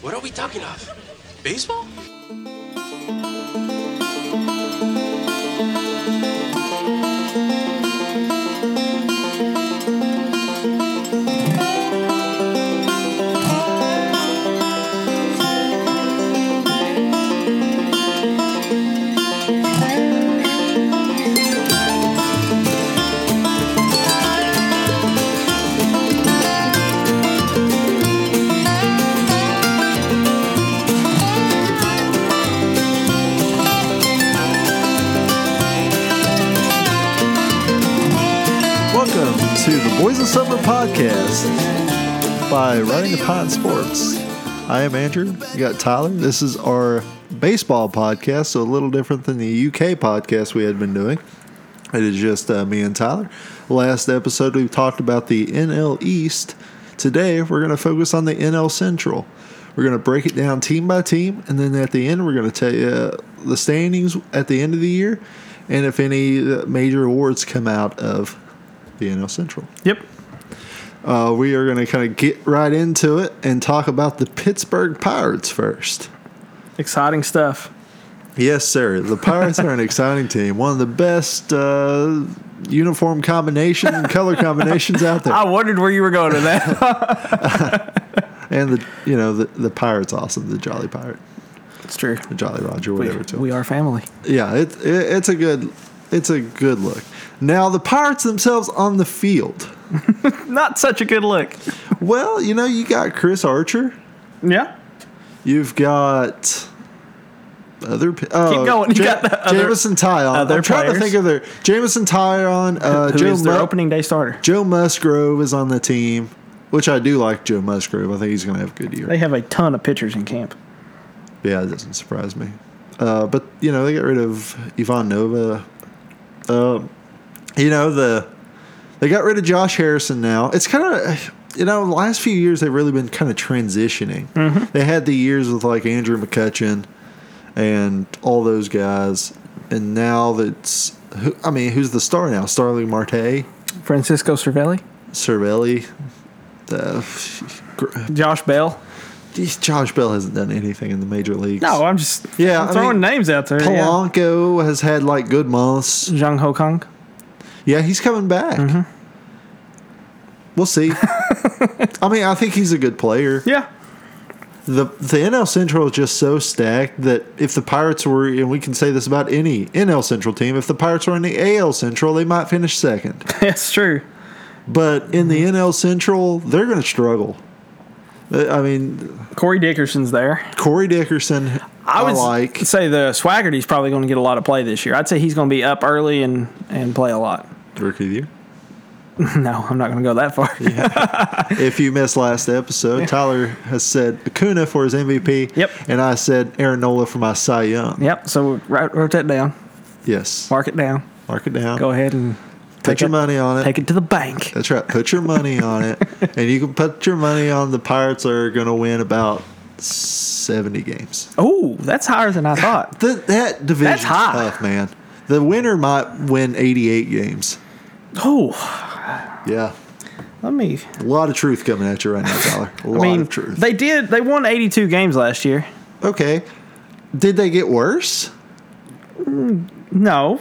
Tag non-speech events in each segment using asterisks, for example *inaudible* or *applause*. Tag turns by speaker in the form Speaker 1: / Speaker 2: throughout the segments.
Speaker 1: What are we talking of? Baseball?
Speaker 2: Welcome to the Boys of Summer podcast by Running the Pond Sports. I am Andrew. You got Tyler. This is our baseball podcast, so a little different than the UK podcast we had been doing. It is just uh, me and Tyler. Last episode, we talked about the NL East. Today, we're going to focus on the NL Central. We're going to break it down team by team, and then at the end, we're going to tell you uh, the standings at the end of the year and if any uh, major awards come out of the NL Central.
Speaker 3: Yep.
Speaker 2: Uh, we are going to kind of get right into it and talk about the Pittsburgh Pirates first.
Speaker 3: Exciting stuff.
Speaker 2: Yes, sir. The Pirates are an exciting team. One of the best uh, uniform combination *laughs* and color combinations out there.
Speaker 3: I wondered where you were going with that.
Speaker 2: *laughs* And the you know the, the Pirates awesome. The Jolly Pirate,
Speaker 3: it's true.
Speaker 2: the Jolly Roger,
Speaker 3: We,
Speaker 2: whatever. it's
Speaker 3: we are family.
Speaker 2: Yeah, it, it, it's a good it's a good look. Now the Pirates themselves on the field.
Speaker 3: Not such a good look.
Speaker 2: Well, you know you got Chris Archer.
Speaker 3: Yeah.
Speaker 2: You've got other. Keep
Speaker 3: going. You got the other-
Speaker 2: Jamison Tyon.
Speaker 3: other
Speaker 2: I'm trying
Speaker 3: players.
Speaker 2: to think of their Jamison Tyon. Uh,
Speaker 3: Who is
Speaker 2: Joe,
Speaker 3: their
Speaker 2: Mu-
Speaker 3: opening day starter?
Speaker 2: Joe Musgrove is on the team, which I do like. Joe Musgrove. I think he's going to have a good year.
Speaker 3: They have a ton of pitchers in camp.
Speaker 2: yeah, it doesn't surprise me. Uh, but you know they got rid of Ivan Nova. Um, you know the they got rid of Josh Harrison. Now it's kind of. You know, the last few years they've really been kind of transitioning. They had the years with like Andrew McCutcheon, and all those guys. And now that's, who, I mean, who's the star now? Starling Marte,
Speaker 3: Francisco Cervelli,
Speaker 2: Cervelli, uh,
Speaker 3: Josh Bell.
Speaker 2: Josh Bell hasn't done anything in the major leagues.
Speaker 3: No, I'm just
Speaker 2: Yeah,
Speaker 3: I'm
Speaker 2: I
Speaker 3: throwing
Speaker 2: mean,
Speaker 3: names out there. Yeah.
Speaker 2: Polanco has had like good months.
Speaker 3: Zhang Ho Kong.
Speaker 2: Yeah, he's coming back.
Speaker 3: Mm-hmm.
Speaker 2: We'll
Speaker 3: *laughs*
Speaker 2: see. I mean, I think he's a good player.
Speaker 3: Yeah. *laughs*
Speaker 2: the the NL Central is just so stacked that if the Pirates were, and we can say this about any NL Central team, if the Pirates were in the AL Central, they might finish second.
Speaker 3: That's true.
Speaker 2: But in
Speaker 3: Mm-hmm.
Speaker 2: the NL Central, they're going to struggle. Uh, I mean,
Speaker 3: Corey Dickerson's there.
Speaker 2: Corey Dickerson, I,
Speaker 3: I would
Speaker 2: like.
Speaker 3: *laughs* say the Swaggerty's probably going to get a lot of play this year. I'd say he's going to be up early and, and play a lot. *laughs*
Speaker 2: Rookie of the year.
Speaker 3: No, I'm not going to go that far.
Speaker 2: If you missed last episode, Tyler has said Acuna for his MVP.
Speaker 3: Yep.
Speaker 2: And I said Aaron Nola for my Cy Young.
Speaker 3: *laughs* Yep. So write, wrote that down.
Speaker 2: Yes. Mark,
Speaker 3: Mark it down.
Speaker 2: it down.
Speaker 3: Go ahead and
Speaker 2: Put your
Speaker 3: it-
Speaker 2: money on it.
Speaker 3: take it to the bank.
Speaker 2: That's right. Put your money on
Speaker 3: *laughs*
Speaker 2: it, and you can put your money on the Pirates are going to win about seventy games.
Speaker 3: Oh, that's higher than I *sighs* thought.
Speaker 2: Th- that division is
Speaker 3: high.
Speaker 2: tough, man. The winner might win eighty-eight games.
Speaker 3: Oh,
Speaker 2: Yeah,
Speaker 3: let me.
Speaker 2: a lot of truth coming at you right now, Tyler. A
Speaker 3: I
Speaker 2: lot
Speaker 3: mean,
Speaker 2: of truth.
Speaker 3: they did. They won 82 games last year.
Speaker 2: okay, did they get worse?
Speaker 3: No,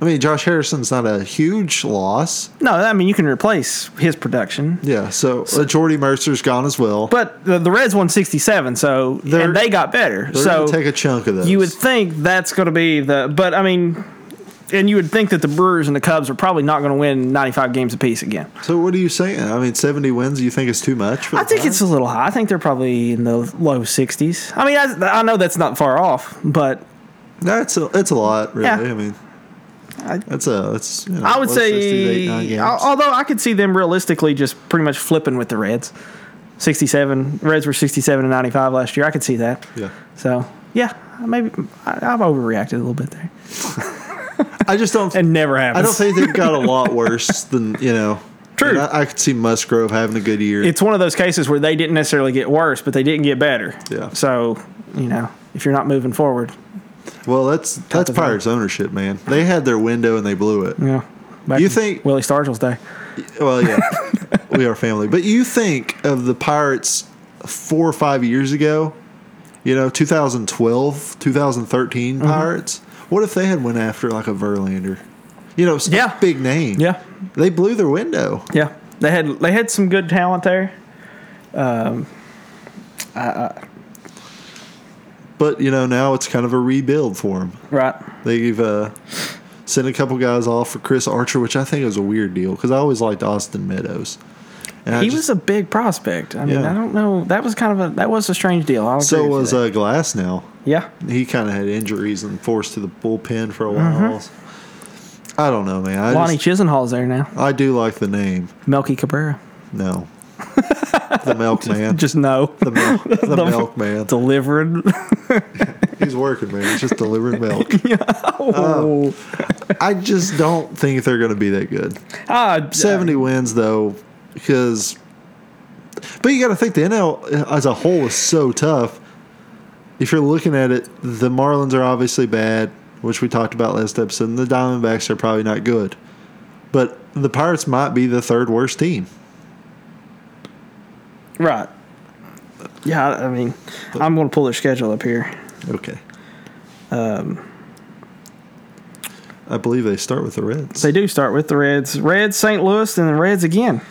Speaker 2: I mean, Josh Harrison's not a huge loss.
Speaker 3: no. I mean, you can replace his production,
Speaker 2: Yeah, so, uh, Jordy Mercer's gone as well.
Speaker 3: but the, the Reds won 67. So
Speaker 2: They're-
Speaker 3: and they got better.
Speaker 2: They're
Speaker 3: so
Speaker 2: going to take a chunk of those.
Speaker 3: you would think that's going to be the. But I mean, and you would think that the Brewers and the Cubs are probably not going to win 95 games apiece again.
Speaker 2: so what are you saying? I mean, seventy wins. You think it's too much? For
Speaker 3: I
Speaker 2: the
Speaker 3: think
Speaker 2: Pirates?
Speaker 3: it's a little high. I think they're probably in the low 60s. I mean, I, I know that's not far off, but
Speaker 2: That's a it's a lot, really.
Speaker 3: Yeah.
Speaker 2: I mean,
Speaker 3: I-
Speaker 2: that's a that's. You know,
Speaker 3: I would
Speaker 2: what, 68, nine
Speaker 3: say,
Speaker 2: games?
Speaker 3: al- although I could see them realistically just pretty much flipping with the Reds. 67, Reds were 67 and 95 last year. I could see that.
Speaker 2: yeah.
Speaker 3: So, yeah, maybe I, I've overreacted a little bit there.
Speaker 2: I just
Speaker 3: *laughs*
Speaker 2: don't.
Speaker 3: It never
Speaker 2: I
Speaker 3: happens.
Speaker 2: don't think they've got a lot worse than you know.
Speaker 3: True.
Speaker 2: And I, I could see Musgrove having a good year.
Speaker 3: it's one of those cases where they didn't necessarily get worse, but they didn't get better.
Speaker 2: Yeah.
Speaker 3: So, you know, if you're not moving forward,
Speaker 2: well, that's that's
Speaker 3: of the-
Speaker 2: Pirates ownership, man. They had their window and they blew it.
Speaker 3: you know, back
Speaker 2: You
Speaker 3: in
Speaker 2: think-
Speaker 3: Willie Stargell's day? *laughs*
Speaker 2: Well, yeah, we are family. But you think of the Pirates four or five years ago, you know, 2012, 2013
Speaker 3: Mm-hmm.
Speaker 2: Pirates. What if they had went after like a Verlander? You know, some
Speaker 3: Yeah.
Speaker 2: big name.
Speaker 3: Yeah.
Speaker 2: They blew their window.
Speaker 3: Yeah, they had they had some good talent there.
Speaker 2: But, you know, now it's kind of a rebuild for them.
Speaker 3: Right.
Speaker 2: They've uh, sent a couple guys off for Chris Archer, which I think is a weird deal because I always liked Austin Meadows. And I
Speaker 3: he
Speaker 2: just-
Speaker 3: was a big prospect. I mean,
Speaker 2: Yeah.
Speaker 3: I don't know. That was kind of a that was a strange deal. I'll
Speaker 2: so
Speaker 3: agree with
Speaker 2: was
Speaker 3: you
Speaker 2: uh, Glass now.
Speaker 3: there. yeah.
Speaker 2: He kind of had injuries and forced to the bullpen for a while.
Speaker 3: Mm-hmm.
Speaker 2: I don't know, man. I,
Speaker 3: Lonnie
Speaker 2: just-
Speaker 3: Chisenhall's there now.
Speaker 2: I do like the name.
Speaker 3: Melky Cabrera.
Speaker 2: No. the milkman.
Speaker 3: *laughs* Just no.
Speaker 2: the, mil-
Speaker 3: *laughs*
Speaker 2: the, milkman.
Speaker 3: Delivering.
Speaker 2: He's working, man. He's just delivering milk.
Speaker 3: *laughs* Oh.
Speaker 2: I just don't think they're going to be that good. Uh,
Speaker 3: Ah,
Speaker 2: 70 wins, though, because. But you got to think the NL as a whole is so tough. If you're looking at it, the Marlins are obviously bad, which we talked about last episode, and the Diamondbacks are probably not good. But the Pirates might be the third worst team.
Speaker 3: Right. Yeah, I I mean, I'm going to pull their schedule up here.
Speaker 2: Okay. Um,
Speaker 3: Um,
Speaker 2: I believe they start with the Reds.
Speaker 3: They do start with the Reds, Reds, St. Louis, and the Reds again.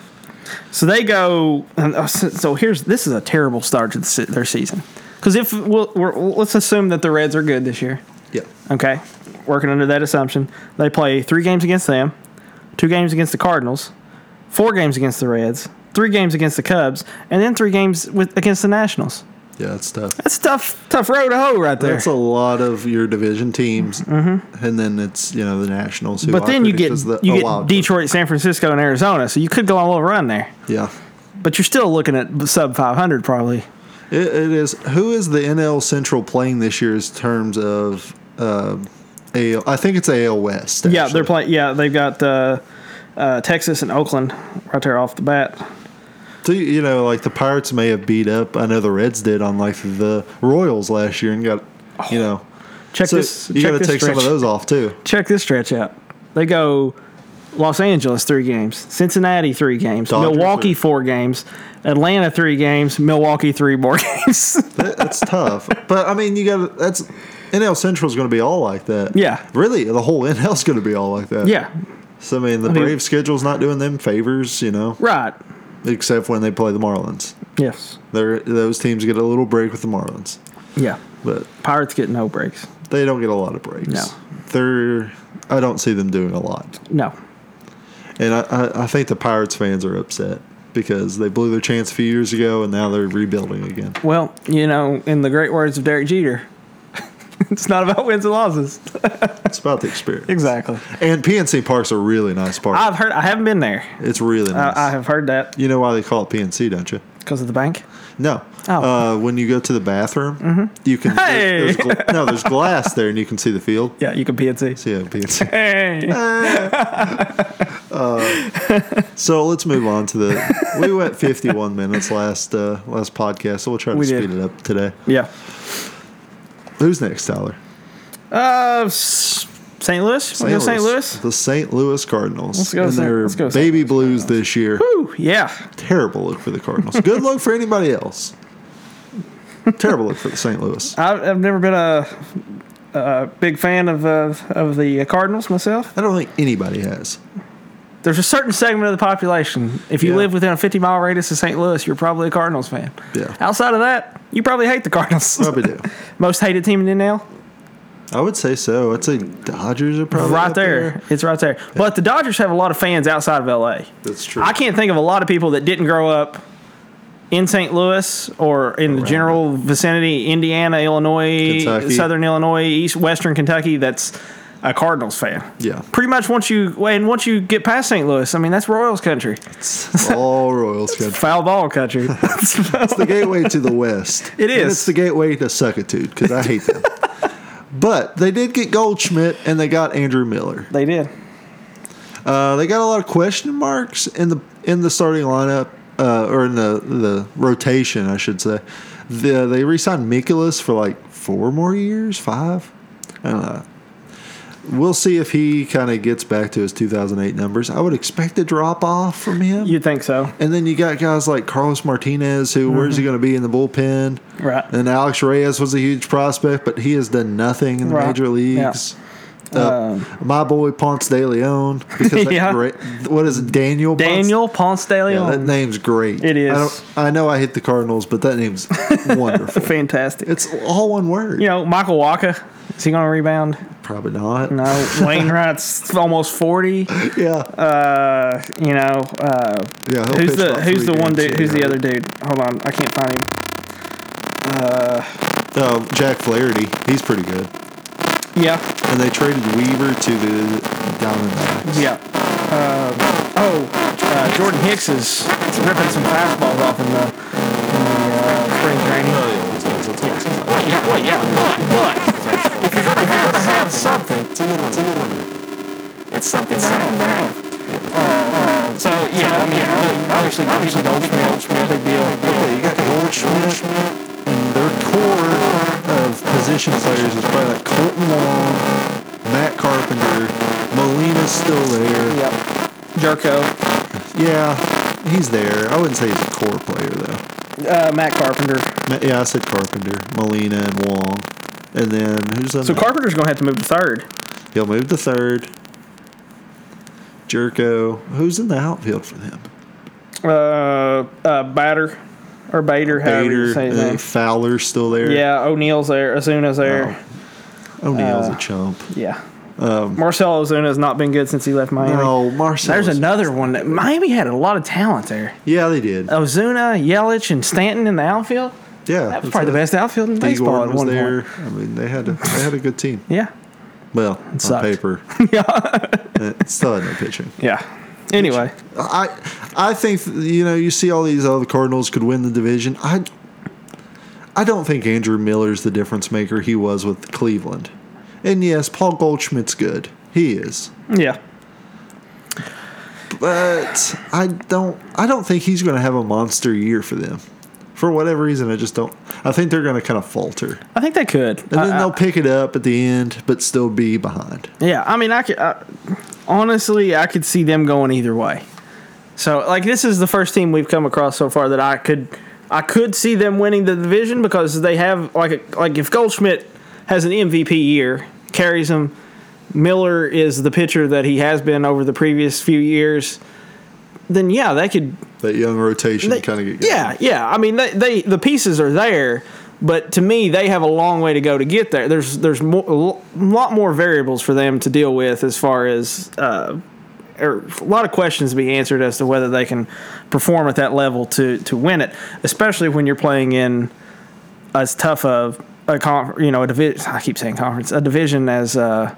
Speaker 3: So they go. And uh, so so here's this is a terrible start to the, se- their season because if we'll, we're, let's assume that the Reds are good this year.
Speaker 2: yeah.
Speaker 3: Okay, working under that assumption, they play three games against them, two games against the Cardinals, four games against the Reds, three games against the Cubs, and then three games with against the Nationals.
Speaker 2: Yeah, that's tough.
Speaker 3: That's a tough, tough road to hoe right there.
Speaker 2: That's a lot of your division teams, and then it's you know the Nationals. Who
Speaker 3: Mm-hmm. But
Speaker 2: I
Speaker 3: then you
Speaker 2: predict
Speaker 3: get
Speaker 2: is the,
Speaker 3: you
Speaker 2: a
Speaker 3: get
Speaker 2: wild
Speaker 3: Detroit, San Francisco, and Arizona, so you could go on a little run there.
Speaker 2: card. Yeah,
Speaker 3: But you're still looking at sub 500 probably.
Speaker 2: it, it is. Who is the NL Central playing this year? year's terms of uh, AL? I think it's AL West.
Speaker 3: Yeah,
Speaker 2: actually.
Speaker 3: they're playing. Yeah, they've got uh, uh, Texas and Oakland right there off the bat.
Speaker 2: So, you- you know, like the Pirates may have beat up. I know the Reds did on like the Royals last year and got you know.
Speaker 3: Oh, Check
Speaker 2: So
Speaker 3: this.
Speaker 2: you got
Speaker 3: check
Speaker 2: to
Speaker 3: this
Speaker 2: take
Speaker 3: stretch.
Speaker 2: some of those off too.
Speaker 3: Check this stretch out. They go Los Angeles three games, Cincinnati three games,
Speaker 2: Dodgers,
Speaker 3: Milwaukee
Speaker 2: yeah.
Speaker 3: four games, Atlanta three games, Milwaukee three more *laughs* games.
Speaker 2: That-
Speaker 3: *laughs*
Speaker 2: that's tough. But I mean, you got to that's NL Central's going to be all like that.
Speaker 3: Yeah.
Speaker 2: really, the whole NL's going to be all like that.
Speaker 3: yeah,
Speaker 2: So I mean, the
Speaker 3: mean-
Speaker 2: Brave schedule's not doing them favors, you know,
Speaker 3: right.
Speaker 2: except when they play the Marlins.
Speaker 3: Yes.
Speaker 2: They're, those teams get a little break with the Marlins,
Speaker 3: Yeah.
Speaker 2: but
Speaker 3: Pirates get no breaks.
Speaker 2: they don't get a lot of breaks.
Speaker 3: No.
Speaker 2: they're I don't see them doing a lot,
Speaker 3: No.
Speaker 2: and I, I, I think the Pirates fans are upset because they blew their chance a few years ago, and now they're rebuilding again.
Speaker 3: Well, you know, in the great words of Derek Jeter, *laughs* it's not about wins and losses.
Speaker 2: It's about the experience.
Speaker 3: Exactly.
Speaker 2: And PNC Park's a really nice park.
Speaker 3: I've heard. I haven't been there.
Speaker 2: it's really nice.
Speaker 3: I, I have heard that
Speaker 2: you know why they call it PNC, don't you?
Speaker 3: because of the bank.
Speaker 2: No.
Speaker 3: Oh. Mm-hmm.
Speaker 2: Uh, when you go to the bathroom, you can.
Speaker 3: Hey!
Speaker 2: There's, there's gla- no, there's glass there, and you can see the field.
Speaker 3: Yeah, you can PNC.
Speaker 2: Yeah, PNC.
Speaker 3: Hey.
Speaker 2: so let's move on to the. We went 51 minutes last uh, last podcast, so we'll try to
Speaker 3: We did.
Speaker 2: speed it up today.
Speaker 3: Yeah.
Speaker 2: Who's next, Tyler?
Speaker 3: Uh, S- St. Louis. Wanna go St. Oh, Louis.
Speaker 2: The St. Louis Cardinals.
Speaker 3: Let's go
Speaker 2: and
Speaker 3: Saint-
Speaker 2: their
Speaker 3: let's go Saint
Speaker 2: baby blues this year.
Speaker 3: Woo, yeah.
Speaker 2: Terrible look for the Cardinals. Good look for anybody else. Terrible look for the St. Louis.
Speaker 3: I, I've never been a, a big fan of, of of the Cardinals myself.
Speaker 2: I don't think anybody has.
Speaker 3: There's a certain segment of the population. If you
Speaker 2: Yeah.
Speaker 3: live within a 50 mile radius of St. Louis, you're probably a Cardinals fan.
Speaker 2: Yeah.
Speaker 3: Outside of that, you probably hate the Cardinals.
Speaker 2: Probably do.
Speaker 3: *laughs* Most hated team in the NL.
Speaker 2: I would say so. I'd say Dodgers are probably
Speaker 3: right
Speaker 2: up
Speaker 3: there. It's right there. But the Dodgers have a lot of fans outside of LA.
Speaker 2: That's true.
Speaker 3: I can't think of a lot of people that didn't grow up in St. Louis or in the general vicinity, Indiana, Illinois,
Speaker 2: Kentucky.
Speaker 3: Southern Illinois, East Western Kentucky. That's a Cardinals fan.
Speaker 2: Yeah. *laughs*
Speaker 3: Pretty much once you and once you get past St. Louis, I mean that's Royals country,
Speaker 2: All Royals country.
Speaker 3: foul ball
Speaker 2: *laughs*
Speaker 3: country.
Speaker 2: It's the gateway to the West.
Speaker 3: It
Speaker 2: And
Speaker 3: is.
Speaker 2: it's the gateway to Suckitude because I hate them. but they did get Goldschmidt and they got Andrew Miller.
Speaker 3: they did.
Speaker 2: Uh, they got a lot of question marks in the in the starting lineup uh, or in the the rotation, I should say. The, they re-signed Mikulas for like four more years, five. I don't know. We'll see if he kind of gets back to his 2008 numbers. I would expect a drop off from him.
Speaker 3: You'd think so,
Speaker 2: And then you got guys like Carlos Martinez, who where's he going to be in the bullpen?
Speaker 3: Mm-hmm. right?
Speaker 2: And Alex Reyes was a huge prospect, but he has done nothing in the
Speaker 3: Right.
Speaker 2: major
Speaker 3: Yeah. Um,
Speaker 2: leagues. Uh, my boy Ponce de Leon, because
Speaker 3: *laughs* Yeah.
Speaker 2: that great, what is it, Daniel? Ponce?
Speaker 3: Daniel Ponce de
Speaker 2: Yeah, that
Speaker 3: Leon,
Speaker 2: name's great.
Speaker 3: It is.
Speaker 2: I, don't- I know I hit the Cardinals, but that
Speaker 3: *laughs*
Speaker 2: name's wonderful.
Speaker 3: fantastic.
Speaker 2: It's all one word.
Speaker 3: you know, Michael Walker, is he going to rebound?
Speaker 2: Probably not.
Speaker 3: No, Wainwright's almost forty.
Speaker 2: *laughs* Yeah.
Speaker 3: Uh, you know, uh,
Speaker 2: yeah. he'll
Speaker 3: who's
Speaker 2: pitch
Speaker 3: the
Speaker 2: about
Speaker 3: who's
Speaker 2: three
Speaker 3: the one
Speaker 2: games
Speaker 3: dude? Who's the
Speaker 2: here.
Speaker 3: other dude? Hold on, I can't find him.
Speaker 2: Oh, Jack Flaherty. He's pretty good.
Speaker 3: Yeah,
Speaker 2: And they traded Weaver to the Diamondbacks.
Speaker 3: yeah. Uh, oh, uh, Jordan Hicks is ripping some fastballs off in the, in the uh, spring training.
Speaker 2: Oh, yeah, that's nice, that's nice.
Speaker 4: Yeah, well, yeah, but, but, if you're gonna have to have something, it's a little, it's a little, it's something sound now. Uh, so, yeah, I mean, I- obviously, obviously, Goldschmidt, big deal.
Speaker 2: Okay, you got Goldschmidt, and their core of position players is probably like Colton Long, Matt Carpenter, Molina's still there.
Speaker 3: Yep. Jerko,
Speaker 2: Yeah, he's there. I wouldn't say he's a core player though.
Speaker 3: uh, Matt Carpenter.
Speaker 2: Ma- Yeah, I said Carpenter, Molina, and Wong, and then who's that?
Speaker 3: So Carpenter's going to have to move to third.
Speaker 2: He'll move to third. Jerko, who's in the outfield for them?
Speaker 3: Uh, uh, batter or Bader, however you
Speaker 2: Bader,
Speaker 3: say his
Speaker 2: uh,
Speaker 3: name.
Speaker 2: Fowler's still there.
Speaker 3: Yeah, O'Neill's there. Azuna's there.
Speaker 2: O'Neill's
Speaker 3: Uh,
Speaker 2: a chump.
Speaker 3: Yeah. Um, Marcelo Ozuna's not been good since he left Miami.
Speaker 2: No, Marcel.
Speaker 3: There's another one. That, Miami had a lot of talent there.
Speaker 2: Yeah, they did.
Speaker 3: Oh, Ozuna, Yelich, and Stanton in the outfield.
Speaker 2: yeah,
Speaker 3: That was probably the best outfield in
Speaker 2: Lee
Speaker 3: baseball at
Speaker 2: Gordon was
Speaker 3: one
Speaker 2: there.
Speaker 3: point.
Speaker 2: I mean, they had a, they had a good team.
Speaker 3: Yeah.
Speaker 2: Well, on
Speaker 3: sucked. *laughs*
Speaker 2: paper, yeah, still had no pitching.
Speaker 3: Yeah. Anyway,
Speaker 2: I I think you know you see all these other Cardinals could win the division. I I don't think Andrew Miller's the difference maker he was with Cleveland. And yes, Paul Goldschmidt's good. He is.
Speaker 3: yeah.
Speaker 2: But I don't I don't think he's going to have a monster year for them. For whatever reason, I just don't. I think they're going to kind of falter,
Speaker 3: I think they could.
Speaker 2: and then
Speaker 3: I- I-
Speaker 2: they'll pick it up at the end, but still be behind.
Speaker 3: Yeah, I mean, I could I, honestly, I could see them going either way. So, like, this is the first team we've come across so far that I could, I could see them winning the division because they have like, a, like if Goldschmidt has an MVP year, carries him. Miller is the pitcher that he has been over the previous few years. Then yeah, they could.
Speaker 2: That young rotation
Speaker 3: They,
Speaker 2: kind of get going.
Speaker 3: yeah, yeah. I mean, they, they the pieces are there, but to me, they have a long way to go to get there. There's there's more, a lo- lot more variables for them to deal with as far as uh, or a lot of questions to be answered as to whether they can perform at that level to to win it, especially when you're playing in as tough a a conf, you know a division. I keep saying conference, a division as uh,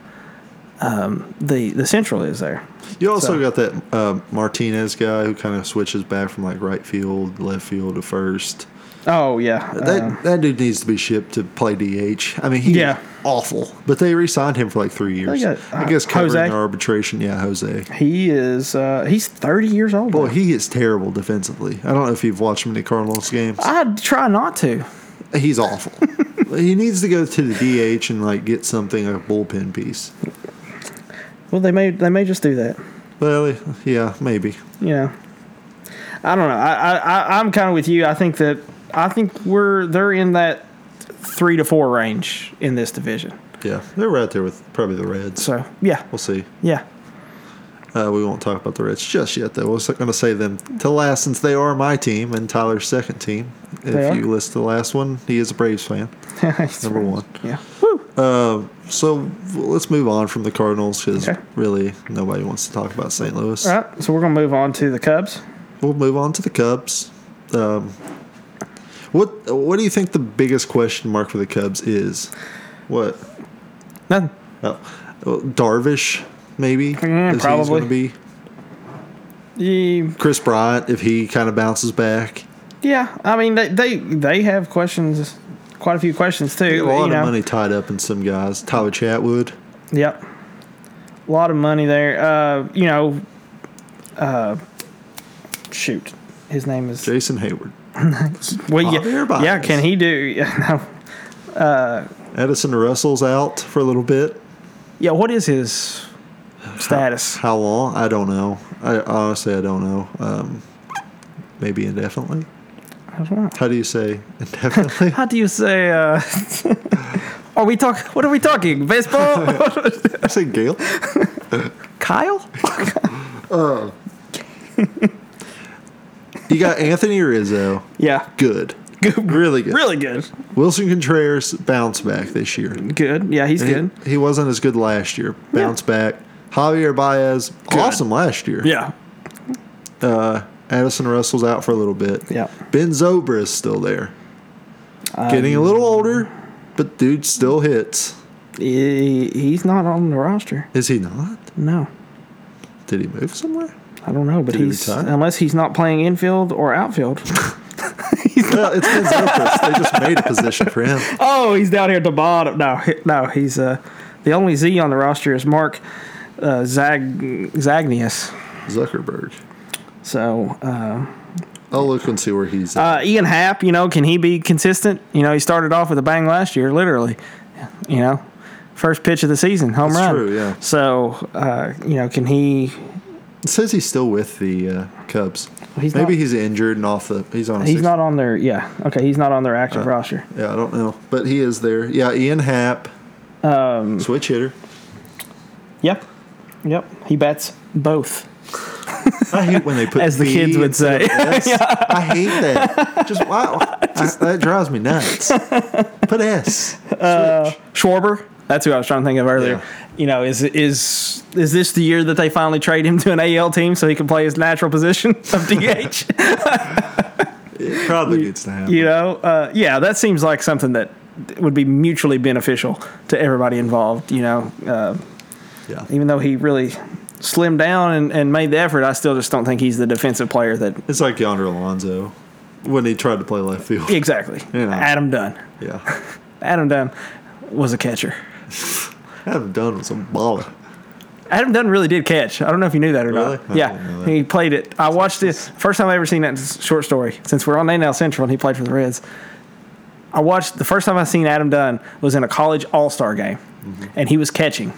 Speaker 3: um, the the Central is there.
Speaker 2: You also
Speaker 3: So-
Speaker 2: got that uh, Martinez guy who kind of switches back from like right field, left field to first.
Speaker 3: Oh yeah,
Speaker 2: That
Speaker 3: uh,
Speaker 2: that dude needs to be shipped to play DH. I mean, he's
Speaker 3: Yeah.
Speaker 2: awful, but they re-signed him for like three years.
Speaker 3: got,
Speaker 2: I
Speaker 3: uh,
Speaker 2: guess covering
Speaker 3: Jose?
Speaker 2: their arbitration. Yeah, Jose.
Speaker 3: he is uh, he's thirty years old.
Speaker 2: Boy,
Speaker 3: now.
Speaker 2: he is terrible defensively. I don't know if you've watched many Cardinals games.
Speaker 3: I'd try not to.
Speaker 2: He's
Speaker 3: *laughs*
Speaker 2: awful. he needs to go to the DH and like get something like a bullpen piece.
Speaker 3: Well, they may they may just do that.
Speaker 2: Well, yeah, maybe.
Speaker 3: You know, I don't know. I I, I I'm kind of with you. I think that I think we're they're in that three to four range in this division.
Speaker 2: Yeah, they're right there with probably the Reds.
Speaker 3: So yeah,
Speaker 2: We'll see.
Speaker 3: yeah. *laughs*
Speaker 2: Uh, we won't talk about the Reds just yet, though. We're going to save them to last since they are my team and Tyler's second team.
Speaker 3: They
Speaker 2: If
Speaker 3: are?
Speaker 2: you list the last one, he is a Braves fan, number one.
Speaker 3: Yeah. Woo.
Speaker 2: So well, let's move on from the Cardinals because
Speaker 3: Okay.
Speaker 2: really nobody wants to talk about St. Louis.
Speaker 3: All right. So we're gonna move on to the Cubs.
Speaker 2: We'll move on to the Cubs. Um, what What do you think the biggest question mark for the Cubs is? What?
Speaker 3: Nothing.
Speaker 2: Oh, well, Darvish, maybe?
Speaker 3: Mm,
Speaker 2: is who he's
Speaker 3: probably.
Speaker 2: gonna be.
Speaker 3: Ye-
Speaker 2: Chris Bryant, if he kind of bounces back.
Speaker 3: Yeah. I mean, they they they have questions. Quite a few questions too.
Speaker 2: a lot
Speaker 3: you know.
Speaker 2: of money tied up in some guys. Tyler Chatwood.
Speaker 3: Yep. A lot of money there. Uh, you know, uh, shoot. His name is
Speaker 2: Jason Hayward.
Speaker 3: Well,
Speaker 2: Bobby
Speaker 3: yeah,
Speaker 2: or Bias?
Speaker 3: yeah. Can he do? *laughs* No,
Speaker 2: Edison Russell's out for a little bit.
Speaker 3: Yeah, what is his status?
Speaker 2: How long? I don't know. I honestly, I don't know. Um, maybe indefinitely. How do you say indefinitely? *laughs*
Speaker 3: How do you say? Uh, *laughs* are we talk? What are we talking? Baseball? *laughs*
Speaker 2: I say Gail.
Speaker 3: Kyle?
Speaker 2: You got Anthony Rizzo.
Speaker 3: Yeah.
Speaker 2: Good. Good. Really good.
Speaker 3: *laughs* Really good.
Speaker 2: Wilson Contreras bounce back this year.
Speaker 3: Good. Yeah, he's good.
Speaker 2: He, he wasn't as good last year. Bounce back. Javier Baez, awesome last year.
Speaker 3: Yeah.
Speaker 2: Uh, Addison Russell's out for a little bit.
Speaker 3: Yeah. Um,
Speaker 2: Ben Zobrist is still there. Getting a little older, but dude still hits.
Speaker 3: He, he's not on the roster.
Speaker 2: Is he not?
Speaker 3: No.
Speaker 2: Did he move somewhere?
Speaker 3: I don't know, but
Speaker 2: Did he
Speaker 3: he's
Speaker 2: retire?
Speaker 3: unless he's not playing infield or outfield.
Speaker 2: Well, it's Ben Zobrist.
Speaker 3: *laughs*
Speaker 2: They just made a position for him.
Speaker 3: oh, he's down here at the bottom. No, he- no, he's uh, the only Z on the roster is Mark uh, Zag Zagnius.
Speaker 2: Zuckerberg.
Speaker 3: So uh,
Speaker 2: I'll look and see where he's at.
Speaker 3: uh, Ian Happ, you know, can he be consistent? You know, he started off with a bang last year, literally. You know, first pitch of the season, home
Speaker 2: That's
Speaker 3: run.
Speaker 2: true, yeah.
Speaker 3: So uh, you know, can he?
Speaker 2: It says he's still with the uh, Cubs.
Speaker 3: He's
Speaker 2: Maybe
Speaker 3: not-
Speaker 2: he's injured and off the. He's on. A
Speaker 3: He's
Speaker 2: six- Uh.
Speaker 3: not on their. Yeah, okay, he's not on their active roster.
Speaker 2: Yeah, I don't know, but he is there. Yeah, Ian Happ. Um, switch hitter.
Speaker 3: Yep, yep. He bats both.
Speaker 2: I hate when they put
Speaker 3: As the
Speaker 2: B
Speaker 3: kids would
Speaker 2: instead
Speaker 3: say.
Speaker 2: of S. I hate that. Just wow, I- that drives me nuts. Put S.
Speaker 3: Schwarber. That's who I was trying to think of earlier.
Speaker 2: Yeah.
Speaker 3: You know, is is is this the year that they finally trade him to an AL team so he can play his natural position *laughs* of DH?
Speaker 2: It probably needs to happen.
Speaker 3: you know, uh, yeah, that seems like something that would be mutually beneficial to everybody involved. You know, uh,
Speaker 2: Yeah.
Speaker 3: even though he really slimmed down and, and made the effort, I still just don't think he's the defensive player that
Speaker 2: It's like Yonder Alonso when he tried to play left field. Yeah.
Speaker 3: exactly.
Speaker 2: You know.
Speaker 3: Adam Dunn. Adam Dunn was a catcher.
Speaker 2: Adam Dunn was a baller.
Speaker 3: Adam Dunn really did catch. I don't know if you knew that or
Speaker 2: Really?
Speaker 3: not.
Speaker 2: I didn't know
Speaker 3: Yeah,
Speaker 2: that.
Speaker 3: he played it. I watched it first time I ever seen that short story. Since we're on NL Central and he played for the Reds, I watched the first time I seen Adam Dunn was in a college All Star game,
Speaker 2: Mm-hmm.
Speaker 3: and he was catching,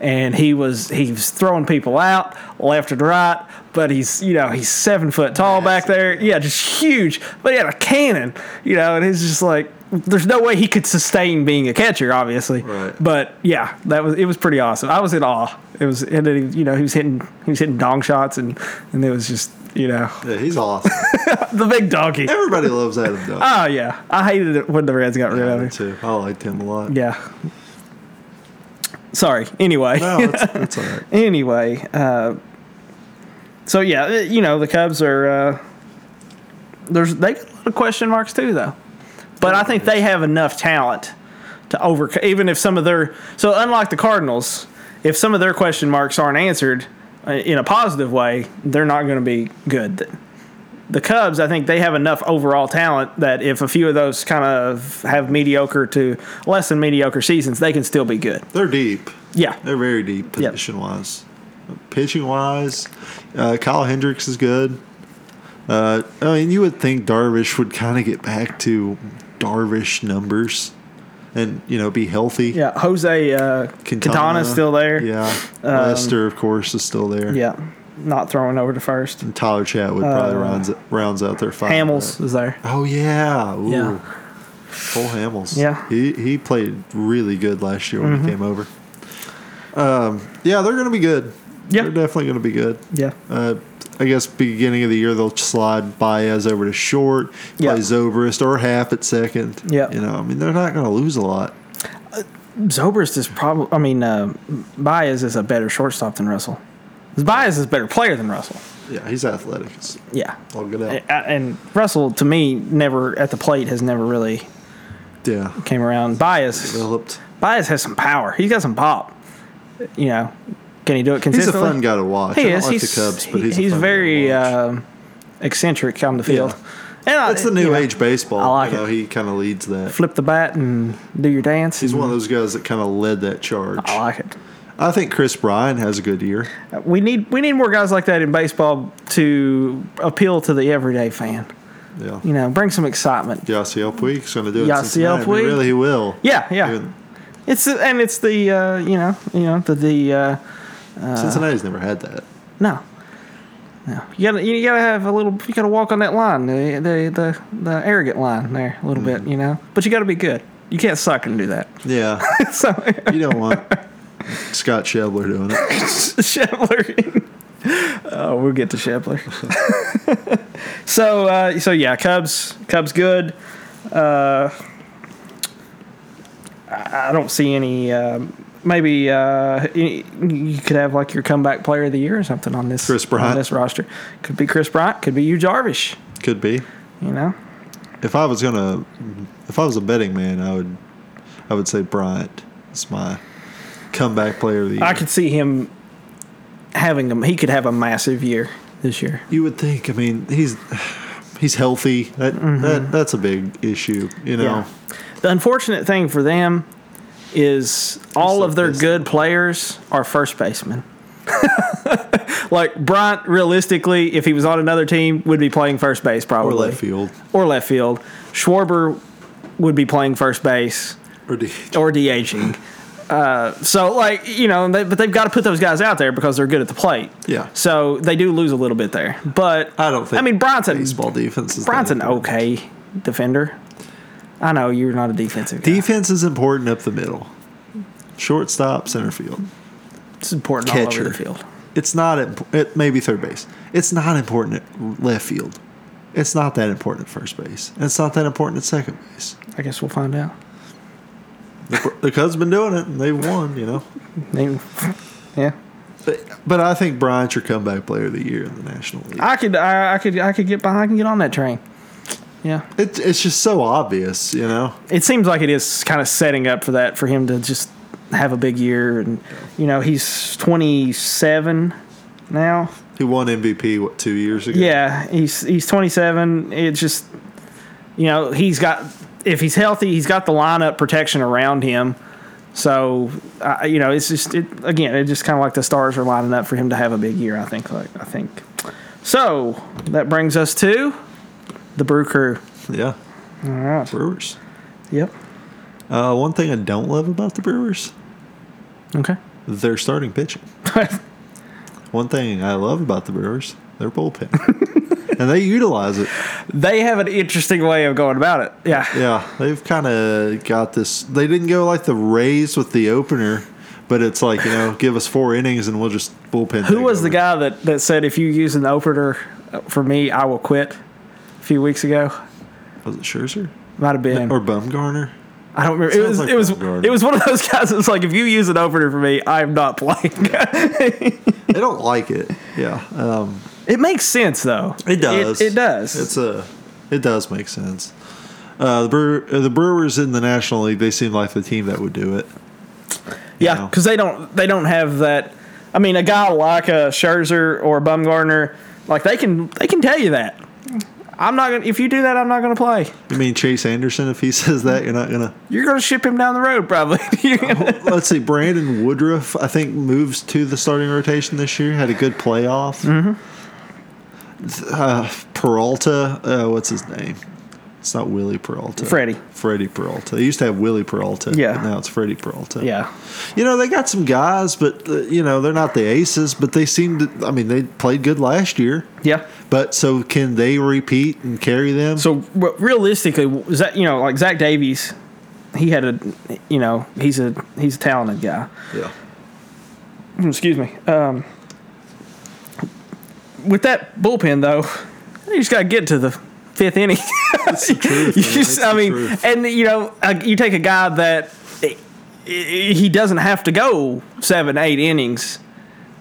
Speaker 3: and he was he was throwing people out left and right. But he's you know he's seven foot tall back there. Yeah, just huge. But he had a cannon, you know, and it's just like. There's no way he could sustain being a catcher, obviously.
Speaker 2: Right.
Speaker 3: But but yeah, that was it was pretty awesome. I was in awe. It was and then he, you know he was hitting he was hitting dong shots and and it was just you know
Speaker 2: Yeah, he's awesome.
Speaker 3: the big donkey.
Speaker 2: Everybody loves Adam Dunn.
Speaker 3: *laughs* Oh yeah, I hated it when the Reds got rid
Speaker 2: Yeah,
Speaker 3: of
Speaker 2: me
Speaker 3: him.
Speaker 2: too. I liked him a lot.
Speaker 3: Yeah. Sorry. Anyway.
Speaker 2: No, it's, it's all right.
Speaker 3: anyway. Uh, so yeah, eh, you know the Cubs are uh, there's they got a lot of question marks too though, but I think they have enough talent to overcome. Even if some of their so unlike the Cardinals, if some of their question marks aren't answered uh, in a positive way, they're not going to be good. The Cubs, I think they have enough overall talent that if a few of those kind of have mediocre to less than mediocre seasons, they can still be good.
Speaker 2: They're deep.
Speaker 3: Yeah.
Speaker 2: They're very deep
Speaker 3: Yep.
Speaker 2: position wise. Pitching wise, uh, Kyle Hendricks is good. Uh, I mean, you would think Darvish would kind of get back to Darvish numbers and, you know, be healthy.
Speaker 3: Yeah, Jose uh, Quintana is still there. Um,
Speaker 2: Yeah. Lester, of course, is still there.
Speaker 3: Yeah, not throwing over to first.
Speaker 2: Tyler Chatwood probably rounds, rounds out their five.
Speaker 3: Hamels is there.
Speaker 2: Oh, yeah. Ooh.
Speaker 3: Yeah.
Speaker 2: Cole Hamels.
Speaker 3: Yeah. Mm-hmm.
Speaker 2: He, he played really good last year when he came over. Um, yeah, they're going to be good.
Speaker 3: Yeah.
Speaker 2: They're definitely going to be good.
Speaker 3: Yeah,
Speaker 2: uh, I guess beginning of the year they'll slide Baez over to short,
Speaker 3: Yeah.
Speaker 2: play Zobrist or half at second.
Speaker 3: Yeah.
Speaker 2: you know, I mean they're not going to lose a lot.
Speaker 3: Zobrist is probably. I mean, uh, Baez is a better shortstop than Russell. Baez is a better player than Russell.
Speaker 2: Yeah, he's athletic. It's
Speaker 3: Yeah,
Speaker 2: all good out.
Speaker 3: A- and Russell to me never at the plate has never really
Speaker 2: Yeah,
Speaker 3: came around. Baez,
Speaker 2: developed.
Speaker 3: Baez has some power. He's got some pop. You know, can he do it
Speaker 2: He's a
Speaker 3: consistently?
Speaker 2: fun guy to watch. I
Speaker 3: He
Speaker 2: don't
Speaker 3: is.
Speaker 2: like
Speaker 3: He's
Speaker 2: the Cubs, but
Speaker 3: he-
Speaker 2: he's
Speaker 3: he's,
Speaker 2: a fun guy to
Speaker 3: very
Speaker 2: watch.
Speaker 3: um eccentric on the field. And
Speaker 2: That's the new age baseball.
Speaker 3: I like
Speaker 2: you know,
Speaker 3: it.
Speaker 2: he kind of leads that.
Speaker 3: flip the bat and do your dance.
Speaker 2: He's one of those guys that kind of led that charge.
Speaker 3: Mm-hmm. I like it.
Speaker 2: I think Chris Bryan has a good year.
Speaker 3: We need we need more guys like that in baseball to appeal to the everyday fan.
Speaker 2: Yeah.
Speaker 3: You know, bring some excitement.
Speaker 2: Yasiel Puig's going to do it. in
Speaker 3: Yasiel
Speaker 2: Cincinnati. I mean,
Speaker 3: Puig?
Speaker 2: Really, he will.
Speaker 3: Yeah, yeah.
Speaker 2: Even-
Speaker 3: It's and it's the uh, you know you know the the uh,
Speaker 2: Cincinnati's never had that.
Speaker 3: no no you gotta you gotta have a little you gotta walk on that line the the the, the arrogant line there a little bit you know but you gotta be good you can't suck and do that *laughs*
Speaker 2: Yeah,
Speaker 3: so
Speaker 2: you don't want
Speaker 3: *laughs*
Speaker 2: Scott Shebler doing it.
Speaker 3: Shepler oh we'll get to Shepler *laughs* so uh, so yeah Cubs Cubs good uh, I I don't see any. Um, Maybe uh, y- you could have like your comeback player of the year or something on this
Speaker 2: Chris Bryant.
Speaker 3: on this roster. Could be Chris Bryant. Could be you Jarvish.
Speaker 2: Could be.
Speaker 3: You know,
Speaker 2: If I was gonna, if I was a betting man, I would, I would say Bryant is my comeback player of the year.
Speaker 3: I could see him having him. He could have a massive year this year.
Speaker 2: you would think. I mean, he's he's healthy. That,
Speaker 3: Mm-hmm.
Speaker 2: that that's a big issue. You know.
Speaker 3: The unfortunate thing for them is all
Speaker 2: so
Speaker 3: of their
Speaker 2: pissed.
Speaker 3: good players are first basemen. *laughs* like Bryant, realistically, if he was on another team, would be playing first base
Speaker 2: Or
Speaker 3: probably
Speaker 2: left field,
Speaker 3: Or left field. Schwarber would be playing first base
Speaker 2: or D-
Speaker 3: or DHing. Uh, so like you know, they, but they've got to put those guys out there because they're good at the plate.
Speaker 2: Yeah.
Speaker 3: So they do lose a little bit there, but
Speaker 2: I don't think
Speaker 3: I mean, Bronson.
Speaker 2: baseball defense is that
Speaker 3: Bryant's an
Speaker 2: important.
Speaker 3: okay defender. I know you're not a defensive. Guy.
Speaker 2: Defense is important up the middle. Shortstop, center field.
Speaker 3: It's important all over
Speaker 2: Catcher.
Speaker 3: the field.
Speaker 2: It's not imp- it maybe third base. It's not important at left field. It's not that important at first base. And it's not that important at second base.
Speaker 3: I guess we'll find out.
Speaker 2: The, the Cubs been doing it and they've won, you know.
Speaker 3: They- *laughs* yeah,
Speaker 2: But, but I think Bryant's your comeback player of the year in the National League.
Speaker 3: I could, I, I could, I could get behind. I can get on that train. Yeah,
Speaker 2: It, it's just so obvious, you know.
Speaker 3: it seems like it is kind of setting up for that for him to just have a big year, and you know he's 27 now.
Speaker 2: He won MVP what two years ago?
Speaker 3: Yeah, he's he's 27. It's just you know he's got if he's healthy, he's got the lineup protection around him. So uh, you know it's just it again. It's just kind of like the stars are lining up for him to have a big year. I think. Like I think. So that brings us to the Brew Crew.
Speaker 2: yeah.
Speaker 3: All right.
Speaker 2: Brewers.
Speaker 3: Yep.
Speaker 2: Uh, one thing I don't love about the Brewers,
Speaker 3: Okay. *laughs*
Speaker 2: their starting pitching. One thing I love about the Brewers, their bullpen. *laughs* and they utilize it.
Speaker 3: they have an interesting way of going about it. Yeah.
Speaker 2: Yeah, they've kind of got this. They didn't go like the Rays with the opener, but it's like, you know, give us four innings and we'll just bullpen.
Speaker 3: Who was the guy that, that said if you use an opener uh, for me, I will quit? A few weeks ago,
Speaker 2: Was it Scherzer?
Speaker 3: might have been
Speaker 2: Or Bumgarner?
Speaker 3: I don't remember. It
Speaker 2: Sounds
Speaker 3: was
Speaker 2: like
Speaker 3: it was
Speaker 2: Bumgarner.
Speaker 3: it was one of those *laughs* guys that's like if you use an opener for me, I'm not playing. *laughs*
Speaker 2: they don't like it. Yeah. Uh,
Speaker 3: it makes sense though.
Speaker 2: it does.
Speaker 3: It, it does.
Speaker 2: It's a. It does make sense. Uh, the, Brewer, uh, the Brewers in the National League, they seem like the team that would do it.
Speaker 3: yeah,
Speaker 2: know.
Speaker 3: because they don't they don't have that. I mean, a guy like a Scherzer or a Bumgarner, like they can they can tell you that. I'm not gonna if you do that, I'm not gonna play.
Speaker 2: You mean Chase Anderson? If he *laughs* says that, you're not gonna.
Speaker 3: You're gonna ship him down the road probably. *laughs* You're gonna-
Speaker 2: Let's see. Brandon Woodruff, I think, moves to the starting rotation this year. Had a good playoff.
Speaker 3: Mm-hmm.
Speaker 2: Uh, Peralta, uh, what's his name? It's not Willie Peralta.
Speaker 3: Freddie.
Speaker 2: Freddie Peralta. They used to have Willie Peralta.
Speaker 3: Yeah.
Speaker 2: But now it's Freddie Peralta.
Speaker 3: yeah,
Speaker 2: You know, they got some guys, but, uh, you know, they're not the aces, but they seem to, I mean, they played good last year.
Speaker 3: yeah.
Speaker 2: But so can they repeat and carry them?
Speaker 3: So re- realistically, was that you know like Zach Davies, he had a you know he's a he's a talented guy.
Speaker 2: yeah.
Speaker 3: *clears throat* excuse me. Um, with that bullpen though, you just got to get to the
Speaker 2: *laughs*
Speaker 3: fifth inning.
Speaker 2: That's the truth.
Speaker 3: *laughs* You
Speaker 2: man.
Speaker 3: just-
Speaker 2: That's
Speaker 3: I
Speaker 2: the
Speaker 3: mean,
Speaker 2: truth.
Speaker 3: and you know, uh, you take a guy that i- i- he doesn't have to go seven, eight innings.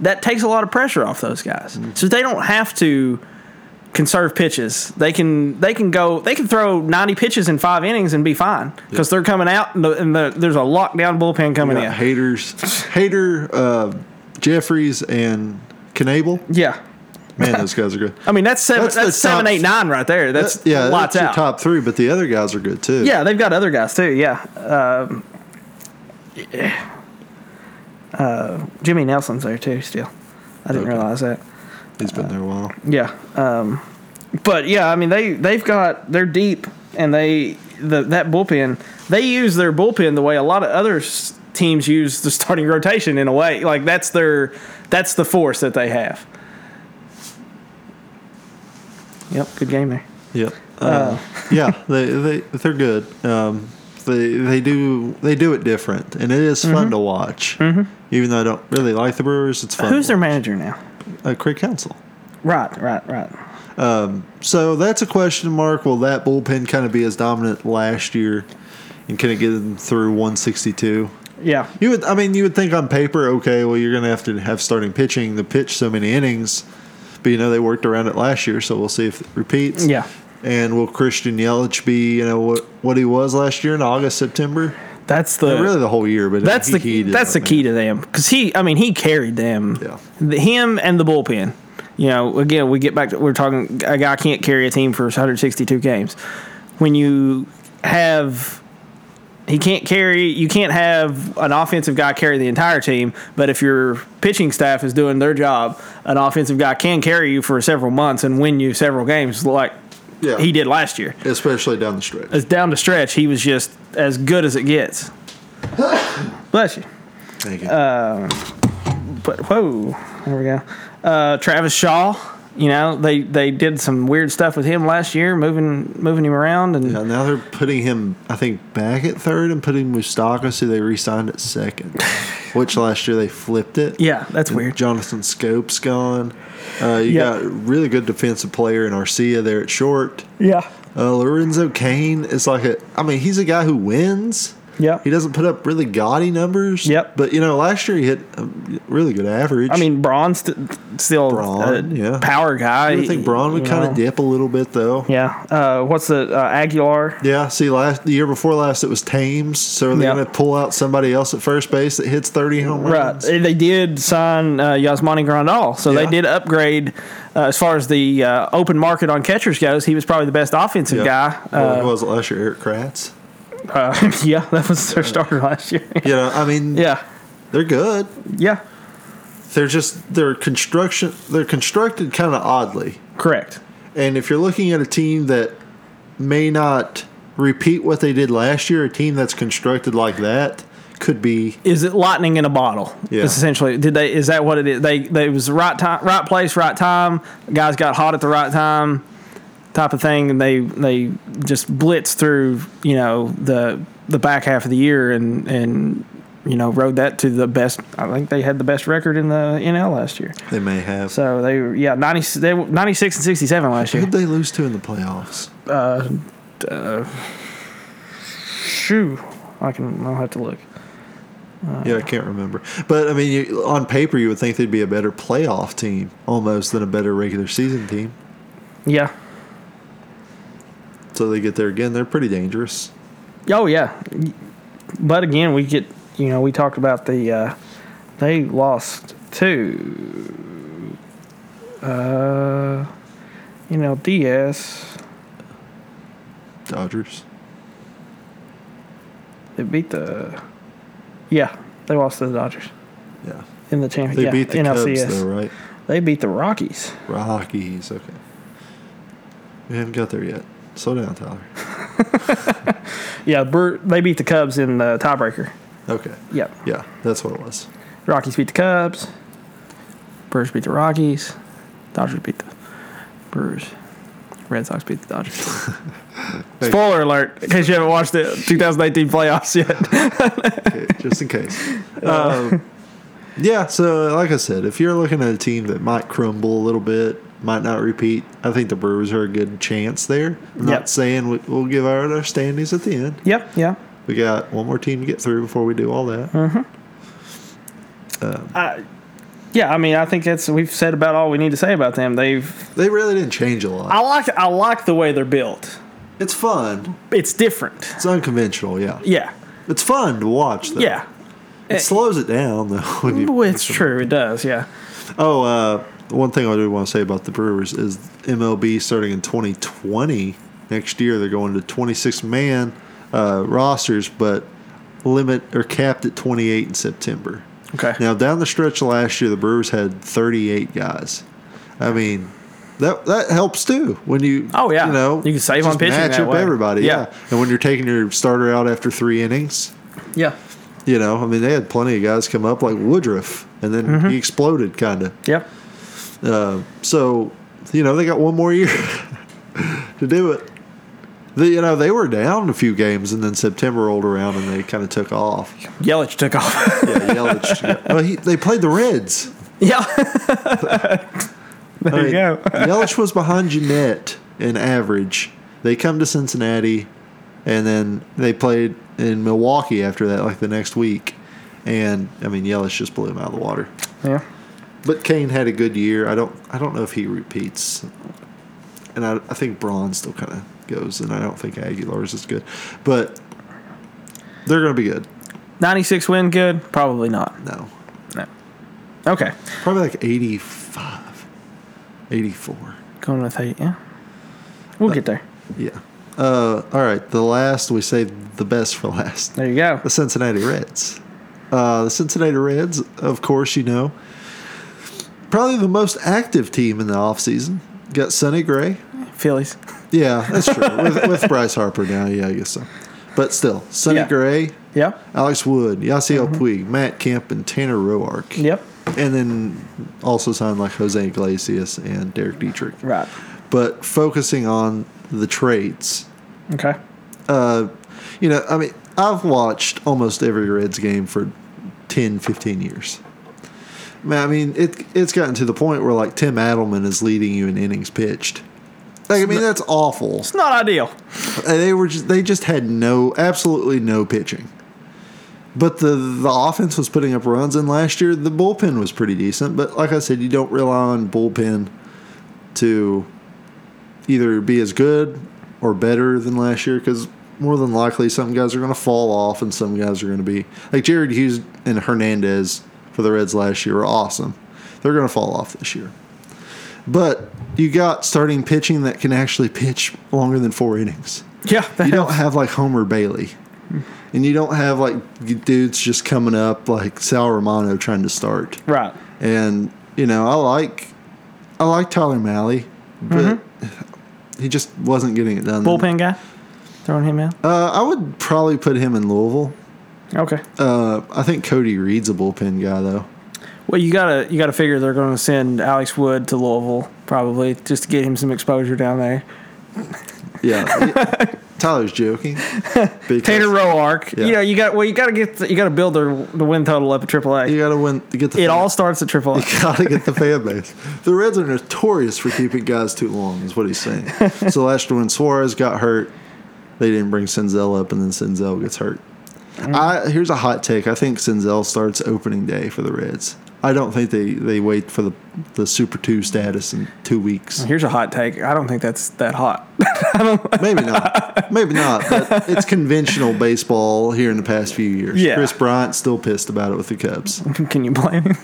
Speaker 3: That takes a lot of pressure off those guys,
Speaker 2: Mm-hmm.
Speaker 3: so they don't have to conserve pitches. They can they can go they can throw ninety pitches in five innings and be fine because they're coming out and, the, and the, there's a lockdown bullpen
Speaker 2: We
Speaker 3: coming
Speaker 2: got
Speaker 3: in.
Speaker 2: haters, hater, uh, Jeffries and Knable.
Speaker 3: yeah,
Speaker 2: Man, those guys are good.
Speaker 3: I mean, that's seven,
Speaker 2: That's
Speaker 3: that's,
Speaker 2: the
Speaker 3: seven,
Speaker 2: top-
Speaker 3: eight, nine right there. *laughs* That's
Speaker 2: That- yeah,
Speaker 3: lots
Speaker 2: that's your
Speaker 3: out.
Speaker 2: top three, but the other guys are good too.
Speaker 3: Yeah, they've got other guys too. Yeah. Um, yeah. Uh, Jimmy Nelson's there too. Still, I didn't
Speaker 2: Okay.
Speaker 3: realize that.
Speaker 2: he's been there a while.
Speaker 3: Yeah. Um, but yeah, I mean they they've got they're deep and they the that bullpen they use their bullpen the way a lot of other s- teams use the starting rotation in a way. Like that's their that's the force that they have. Yep, good game there.
Speaker 2: Yep. Uh, yeah, they they they're good. Um, they they do they do it different, and it is fun to watch. Mm-hmm. Even though I don't really like the Brewers, it's fun.
Speaker 3: Who's their manager now?
Speaker 2: uh, Craig Council?
Speaker 3: Right, right, right.
Speaker 2: So that's a question mark. Will that bullpen kind of be as dominant last year, and can it get them through 162?
Speaker 3: Yeah,
Speaker 2: You would, I mean, you would think on paper, okay, well, you're going to have to have starting pitching to pitch so many innings, but you know they worked around it last year, so we'll see if it repeats.
Speaker 3: Yeah.
Speaker 2: And will Christian Yelich be, you know, what what he was last year in August, September?
Speaker 3: that's the
Speaker 2: really the whole year, but
Speaker 3: that's
Speaker 2: he
Speaker 3: the
Speaker 2: heated
Speaker 3: that's
Speaker 2: up,
Speaker 3: the
Speaker 2: man.
Speaker 3: key to them because he I mean he carried them
Speaker 2: Yeah.
Speaker 3: The- him and the bullpen you know again we get back to we're talking a guy can't carry a team for 162 games when you have he can't carry you can't have an offensive guy carry the entire team but if your pitching staff is doing their job an offensive guy can carry you for several months and win you several games like
Speaker 2: Yeah.
Speaker 3: he did last year
Speaker 2: especially down the stretch.
Speaker 3: as down the stretch he was just as good as
Speaker 2: *laughs*
Speaker 3: it gets bless you
Speaker 2: Thank
Speaker 3: Uh,
Speaker 2: you.
Speaker 3: but whoa, there we go. Uh, Travis Shaw, you know they they did some weird stuff with him last year, moving moving him around, and
Speaker 2: Yeah, now they're putting him, I think, back at third and putting Mustakas, who they re-signed at
Speaker 3: *laughs*
Speaker 2: second, which last year they flipped it.
Speaker 3: Yeah, that's
Speaker 2: And
Speaker 3: weird.
Speaker 2: Jonathan Scope's gone. Uh, you
Speaker 3: Yeah.
Speaker 2: got really good defensive player in Arcia there at short.
Speaker 3: yeah,
Speaker 2: Uh, Lorenzo Kane is like a, I mean, he's a guy who wins.
Speaker 3: Yep.
Speaker 2: He doesn't put up really gaudy numbers.
Speaker 3: Yep.
Speaker 2: But, you know, last year he hit a really good average.
Speaker 3: I mean Braun's st- still
Speaker 2: Braun,
Speaker 3: a
Speaker 2: yeah.
Speaker 3: power guy.
Speaker 2: I think Braun would
Speaker 3: you
Speaker 2: kind
Speaker 3: know.
Speaker 2: of dip a little bit, though.
Speaker 3: Yeah, uh, what's the uh, Aguilar?
Speaker 2: Yeah, see, last the year before last it was Thames, so are they
Speaker 3: Yeah.
Speaker 2: going to pull out somebody else at first base that hits thirty home
Speaker 3: Right,
Speaker 2: runs?
Speaker 3: they did sign uh, Yasmani Grandal, so
Speaker 2: Yeah.
Speaker 3: they did upgrade. Uh, as far as the uh, open market on catchers goes, he was probably the best offensive
Speaker 2: Yeah.
Speaker 3: guy.
Speaker 2: Well,
Speaker 3: Uh,
Speaker 2: it was last year Eric Kratz.
Speaker 3: uh, *laughs* yeah, that was their starter last year. *laughs*
Speaker 2: You know, I mean,
Speaker 3: yeah,
Speaker 2: they're good.
Speaker 3: yeah,
Speaker 2: They're just they're construction they're constructed kind of oddly.
Speaker 3: correct.
Speaker 2: And if you're looking at a team that may not repeat what they did last year, a team that's constructed like that could be
Speaker 3: is it lightning in a bottle?
Speaker 2: Yeah.
Speaker 3: It's essentially did they is that what it is? They they it was the right time, right place, right time. Guys got hot at the right time, type of thing, and they they just blitzed through you know the the back half of the year and and you know rode that to the best. I think they had the best record in the NL last year.
Speaker 2: they may have.
Speaker 3: So they were yeah ninety they were ninety six and sixty seven last year.
Speaker 2: Who'd they lose to in the playoffs?
Speaker 3: Shoo, I can I'll have to look.
Speaker 2: Yeah, I can't remember. But I mean, you, on paper, you would think they'd be a better playoff team almost than a better regular season team.
Speaker 3: Yeah.
Speaker 2: So they get there again. They're pretty dangerous.
Speaker 3: Oh yeah, but again, we get you know we talked about the uh, they lost to uh, you know DS.
Speaker 2: Dodgers.
Speaker 3: They beat the yeah they lost to the Dodgers
Speaker 2: Yeah.
Speaker 3: in the champion.
Speaker 2: They
Speaker 3: yeah,
Speaker 2: beat the
Speaker 3: NLCS.
Speaker 2: Cubs, though, right?
Speaker 3: They beat the Rockies.
Speaker 2: Rockies. Okay. We haven't got there yet. Slow down, Tyler.
Speaker 3: Yeah, Bre- they beat the Cubs in the tiebreaker.
Speaker 2: Okay.
Speaker 3: Yep,
Speaker 2: Yeah, that's what it was.
Speaker 3: Rockies beat the Cubs. Brewers beat the Rockies. Dodgers beat the Brewers. Red Sox beat the Dodgers. *laughs* Spoiler alert, in case you haven't watched the 2018 playoffs yet.
Speaker 2: Okay, just in
Speaker 3: *laughs*
Speaker 2: case. Um, yeah, so like I said, if you're looking at a team that might crumble a little bit, might not repeat, I think the Brewers are a good chance there. I'm
Speaker 3: Yep.
Speaker 2: not saying we, we'll give out our standings at the end.
Speaker 3: *laughs* yep, yeah.
Speaker 2: We got one more team to get through before we do all that.
Speaker 3: Uh, Yeah, I mean, I think that's we've said about all we need to say about them. They've
Speaker 2: They really didn't change a lot.
Speaker 3: I like I like the way they're built.
Speaker 2: It's fun.
Speaker 3: It's different.
Speaker 2: It's unconventional, yeah.
Speaker 3: Yeah.
Speaker 2: It's fun to watch, though.
Speaker 3: Yeah.
Speaker 2: It slows it down, though. *laughs* When you,
Speaker 3: Well, It's true. It does. Yeah.
Speaker 2: Oh, uh, one thing I do want to say about the Brewers is MLB starting in 2020 next year they're going to 26 man uh, rosters, but limit or capped at 28 in September.
Speaker 3: Okay.
Speaker 2: Now down the stretch last year the Brewers had 38 guys. I mean. That, that helps too when you
Speaker 3: Oh, yeah.
Speaker 2: you know
Speaker 3: You can save on
Speaker 2: just
Speaker 3: pitching
Speaker 2: match
Speaker 3: that
Speaker 2: up
Speaker 3: way.
Speaker 2: everybody
Speaker 3: Yeah.
Speaker 2: yeah. and when you're taking your starter out after three innings
Speaker 3: Yeah.
Speaker 2: You know, I mean, they had plenty of guys come up like Woodruff, and then
Speaker 3: Mm-hmm.
Speaker 2: he exploded kind of.
Speaker 3: Yep.
Speaker 2: So, you know, they got one more year *laughs* to do it. They, you know, they were down a few games, and then September rolled around, and they kind of took off.
Speaker 3: Yelich took off.
Speaker 2: *laughs*
Speaker 3: *laughs*
Speaker 2: Yeah, Yelich. well, he, they played the Reds.
Speaker 3: yeah. there you go. *laughs*
Speaker 2: Yelich was behind Jeanette in average. They come to Cincinnati, and then they played in Milwaukee after that, like the next week. And I mean, Yelich just blew him out of the water.
Speaker 3: Yeah.
Speaker 2: But Kane had a good year. I don't. I don't know if he repeats. And I, I think Braun still kind of goes, and I don't think Aguilar's is good, but they're going to be good.
Speaker 3: 96 win good? Probably not.
Speaker 2: No,
Speaker 3: No. Okay.
Speaker 2: probably like 85, 84.
Speaker 3: Going with eight. Yeah. We'll get there.
Speaker 2: Yeah. Uh, all right. The last we saved the best for last.
Speaker 3: There you go.
Speaker 2: the Cincinnati Reds. Uh, the Cincinnati Reds, of course, you know, probably the most active team in the offseason. Got Sonny Gray.
Speaker 3: Phillies.
Speaker 2: Yeah, that's true. with, with Bryce Harper now, yeah, I guess so. But still, Sonny
Speaker 3: Yeah.
Speaker 2: Gray,
Speaker 3: Yep.
Speaker 2: Alex Wood, Yasiel Puig, Matt Kemp, and Tanner Roark.
Speaker 3: Yep.
Speaker 2: And then also signed like Jose Iglesias and Derek Dietrich.
Speaker 3: Right.
Speaker 2: But focusing on the trades,
Speaker 3: Okay.
Speaker 2: uh, you know, I mean, I've watched almost every Reds game for 10, 15 years. Man, I mean, it it's gotten to the point where like Tim Adelman is leading you in innings pitched. Like, I mean, that's awful.
Speaker 3: It's not ideal.
Speaker 2: And They were just they just had no absolutely no pitching. But the the offense was putting up runs, and last year the bullpen was pretty decent. But like I said, you don't rely on bullpen to either be as good or better than last year because more than likely some guys are going to fall off and some guys are going to be like Jared Hughes and Hernandez for the Reds last year were awesome. They're going to fall off this year. But you got starting pitching that can actually pitch longer than four innings.
Speaker 3: Yeah.
Speaker 2: You don't have like Homer Bailey. And you don't have like dudes just coming up like Sal Romano trying to start.
Speaker 3: Right.
Speaker 2: And you know, I like I like Tyler Malley, but he just wasn't getting it done.
Speaker 3: Mm-hmm. Bullpen guy. Throwing him out.
Speaker 2: Uh, I would probably put him in Louisville.
Speaker 3: Okay.
Speaker 2: Uh, I think Cody Reed's a bullpen guy though.
Speaker 3: Well, you gotta you gotta figure they're gonna send Alex Wood to Louisville probably just to get him some exposure down there.
Speaker 2: Yeah.
Speaker 3: *laughs*
Speaker 2: Tyler's joking. because
Speaker 3: Tater Roark.
Speaker 2: Yeah.
Speaker 3: You know you got well you gotta get the, you gotta build their the win total up at AAA.
Speaker 2: You gotta win to get the
Speaker 3: It
Speaker 2: fan-
Speaker 3: all starts at AAA.
Speaker 2: You *laughs* gotta get the fan base. The Reds are notorious for keeping guys too long, is what he's
Speaker 3: *laughs*
Speaker 2: saying. so last year when Suarez got hurt, they didn't bring Senzel up, and then Senzel gets hurt.
Speaker 3: Mm.
Speaker 2: I here's a hot take. I think Senzel starts opening day for the Reds. I don't think they, they wait for the, the Super Two status in two weeks.
Speaker 3: Here's a hot take. I don't think that's that hot.
Speaker 2: Maybe
Speaker 3: *laughs*
Speaker 2: not. Maybe not. But it's conventional baseball here in the past few years.
Speaker 3: Yeah.
Speaker 2: Chris Bryant's still pissed about it with the Cubs.
Speaker 3: *laughs* Can you blame him?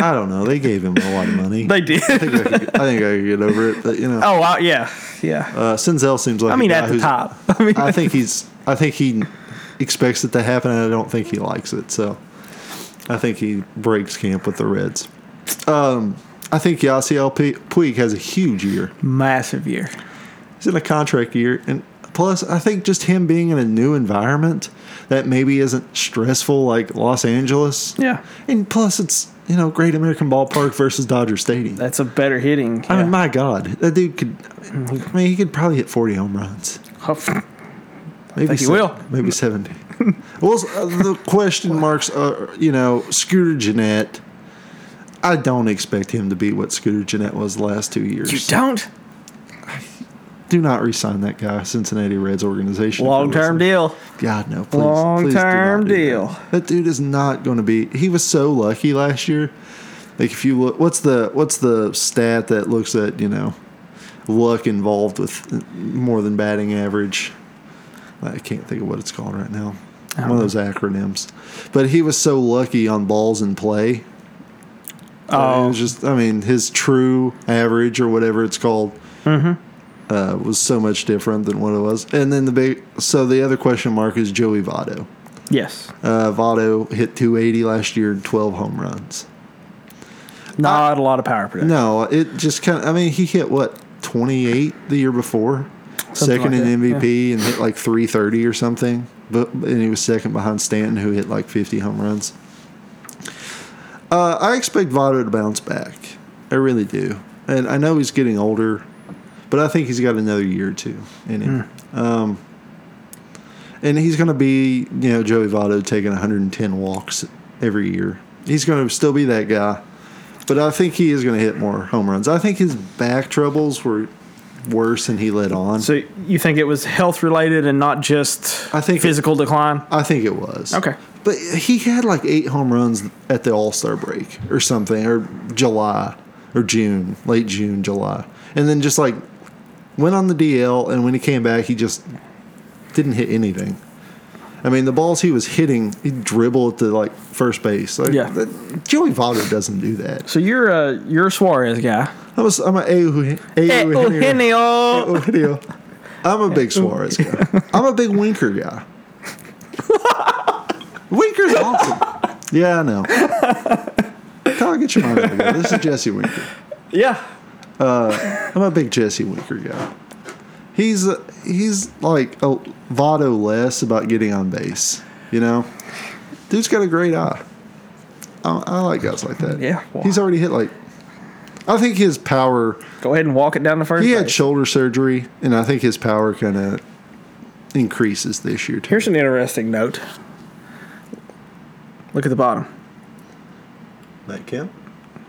Speaker 2: I don't know. They gave him a lot of money.
Speaker 3: they did.
Speaker 2: I think I could, I think I could get over it. But, you know.
Speaker 3: Oh wow, yeah, yeah.
Speaker 2: Uh, Senzel seems like
Speaker 3: I mean,
Speaker 2: a guy
Speaker 3: at the
Speaker 2: who's-
Speaker 3: top. *laughs* I mean,
Speaker 2: I think he's. I think he expects it to happen, and I don't think he likes it. So, I think he breaks camp with the Reds. Um, I think Yasiel Pu- Puig has a huge year.
Speaker 3: massive year.
Speaker 2: He's in a contract year, and plus, I think just him being in a new environment that maybe isn't stressful like Los Angeles.
Speaker 3: Yeah,
Speaker 2: and plus, it's you know Great American Ballpark versus Dodger Stadium.
Speaker 3: that's a better hitting.
Speaker 2: I
Speaker 3: yeah.
Speaker 2: mean, my God, that dude could. I mean, he could probably hit forty home runs. Maybe
Speaker 3: think he
Speaker 2: se-
Speaker 3: will.
Speaker 2: Maybe 70. *laughs* well, s- uh, the question marks are, you know, Scooter Jeanette. I don't expect him to be what Scooter Jeanette was the last two years.
Speaker 3: you don't
Speaker 2: Do not resign that guy, Cincinnati Reds organization.
Speaker 3: long term deal.
Speaker 2: God, no. Please, please do not
Speaker 3: Long-term
Speaker 2: do that.
Speaker 3: deal.
Speaker 2: That dude is not going to be. He was so lucky last year. Like, if you look, what's the what's the stat that looks at you know luck involved with more than batting average? I can't think of what it's called right now. One of those acronyms. But he was so lucky on balls in play. Oh, it was just. I mean, his true average or whatever it's called uh, was so much different than what it was. And then the big, so the other question mark is Joey Votto.
Speaker 3: Yes,
Speaker 2: Uh, Votto hit 280 last year and 12 home runs.
Speaker 3: not a lot of power production.
Speaker 2: No, it just kind of, I mean, he hit what, 28 the year before?
Speaker 3: Something
Speaker 2: Second
Speaker 3: like
Speaker 2: in
Speaker 3: that,
Speaker 2: MVP and hit like 330 or something. but and he was second behind Stanton, who hit like 50 home runs. Uh, I expect Votto to bounce back. I really do, and I know he's getting older, but I think he's got another year or two in him. Um, and he's going to be, you know, Joey Votto taking 110 walks every year. He's going to still be that guy, but I think he is going to hit more home runs. I think his back troubles were worse than he let on.
Speaker 3: So you think it was health related and not just
Speaker 2: I think-
Speaker 3: physical decline?
Speaker 2: I think it was.
Speaker 3: Okay.
Speaker 2: But he had like eight home runs at the All Star break or something, or July or June, late June, July. And then just like went on the DL, and when he came back, he just didn't hit anything. I mean, the balls he was hitting, he dribbled to like first base. Like,
Speaker 3: Yeah.
Speaker 2: that- Joey Votto doesn't do that.
Speaker 3: So you're a you're a Suarez guy.
Speaker 2: I was, I'm a
Speaker 3: Eh,
Speaker 2: Eugenio.
Speaker 3: Eugenio.
Speaker 2: Eugenio. I'm a big Suarez guy. I'm a big Winker guy. Winker's awesome. Yeah, I know. Kyle, get your mind out of here. This is Jesse Winker.
Speaker 3: Yeah.
Speaker 2: I'm a big Jesse Winker guy. He's he's like a Votto less about getting on base. You know, dude's got a great eye. I, I like guys like that.
Speaker 3: Yeah.
Speaker 2: he's already hit like. I think his power
Speaker 3: Go ahead and walk it down the first.
Speaker 2: he had
Speaker 3: base.
Speaker 2: shoulder surgery, and I think his power kind of increases this year too.
Speaker 3: Here's an interesting note. Look at the bottom.
Speaker 2: that Kim.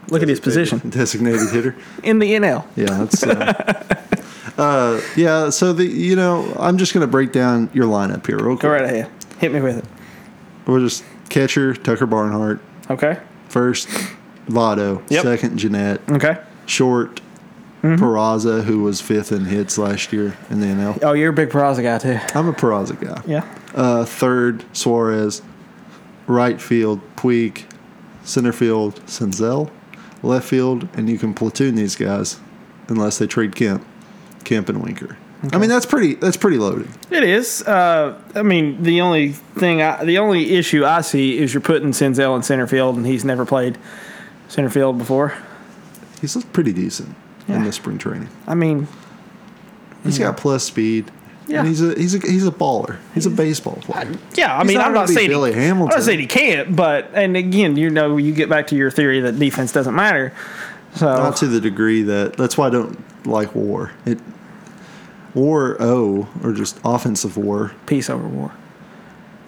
Speaker 3: Look at his position
Speaker 2: *laughs* designated hitter.
Speaker 3: in the NL.
Speaker 2: Yeah, that's. Uh, *laughs* uh, yeah, so the you know I'm just gonna break down your lineup here real quick.
Speaker 3: Go right ahead. Hit me with it.
Speaker 2: We're just catcher Tucker Barnhart
Speaker 3: Okay.
Speaker 2: first, Votto
Speaker 3: Yep. Mm-hmm.
Speaker 2: second, Jeanette
Speaker 3: Okay.
Speaker 2: short, Peraza who was fifth in hits last year in the NL.
Speaker 3: Oh, you're a big Peraza guy too.
Speaker 2: I'm a Peraza guy.
Speaker 3: Yeah.
Speaker 2: Uh, third, Suarez. Right field, Puig. Center field, Senzel. Left field, and you can platoon these guys unless they trade Kemp, Kemp and Winker. I mean, that's pretty. That's pretty loaded.
Speaker 3: It is. Uh, I mean, the only thing, I, the only issue I see is you're putting Senzel in center field, and he's never played center field before.
Speaker 2: He's looked pretty decent in
Speaker 3: Yeah.
Speaker 2: the spring training.
Speaker 3: I mean,
Speaker 2: He's got plus speed.
Speaker 3: Yeah.
Speaker 2: And he's a he's a he's a baller. He's a baseball player.
Speaker 3: yeah. I
Speaker 2: He's
Speaker 3: mean,
Speaker 2: not
Speaker 3: I'm
Speaker 2: gonna
Speaker 3: not
Speaker 2: be
Speaker 3: saying
Speaker 2: Billy
Speaker 3: he,
Speaker 2: Hamilton.
Speaker 3: I'm not saying he can't, but and again, you know, you get back to your theory that defense doesn't matter. So
Speaker 2: Not to the degree that that's why I don't like war. It war oh or just offensive war
Speaker 3: peace over war.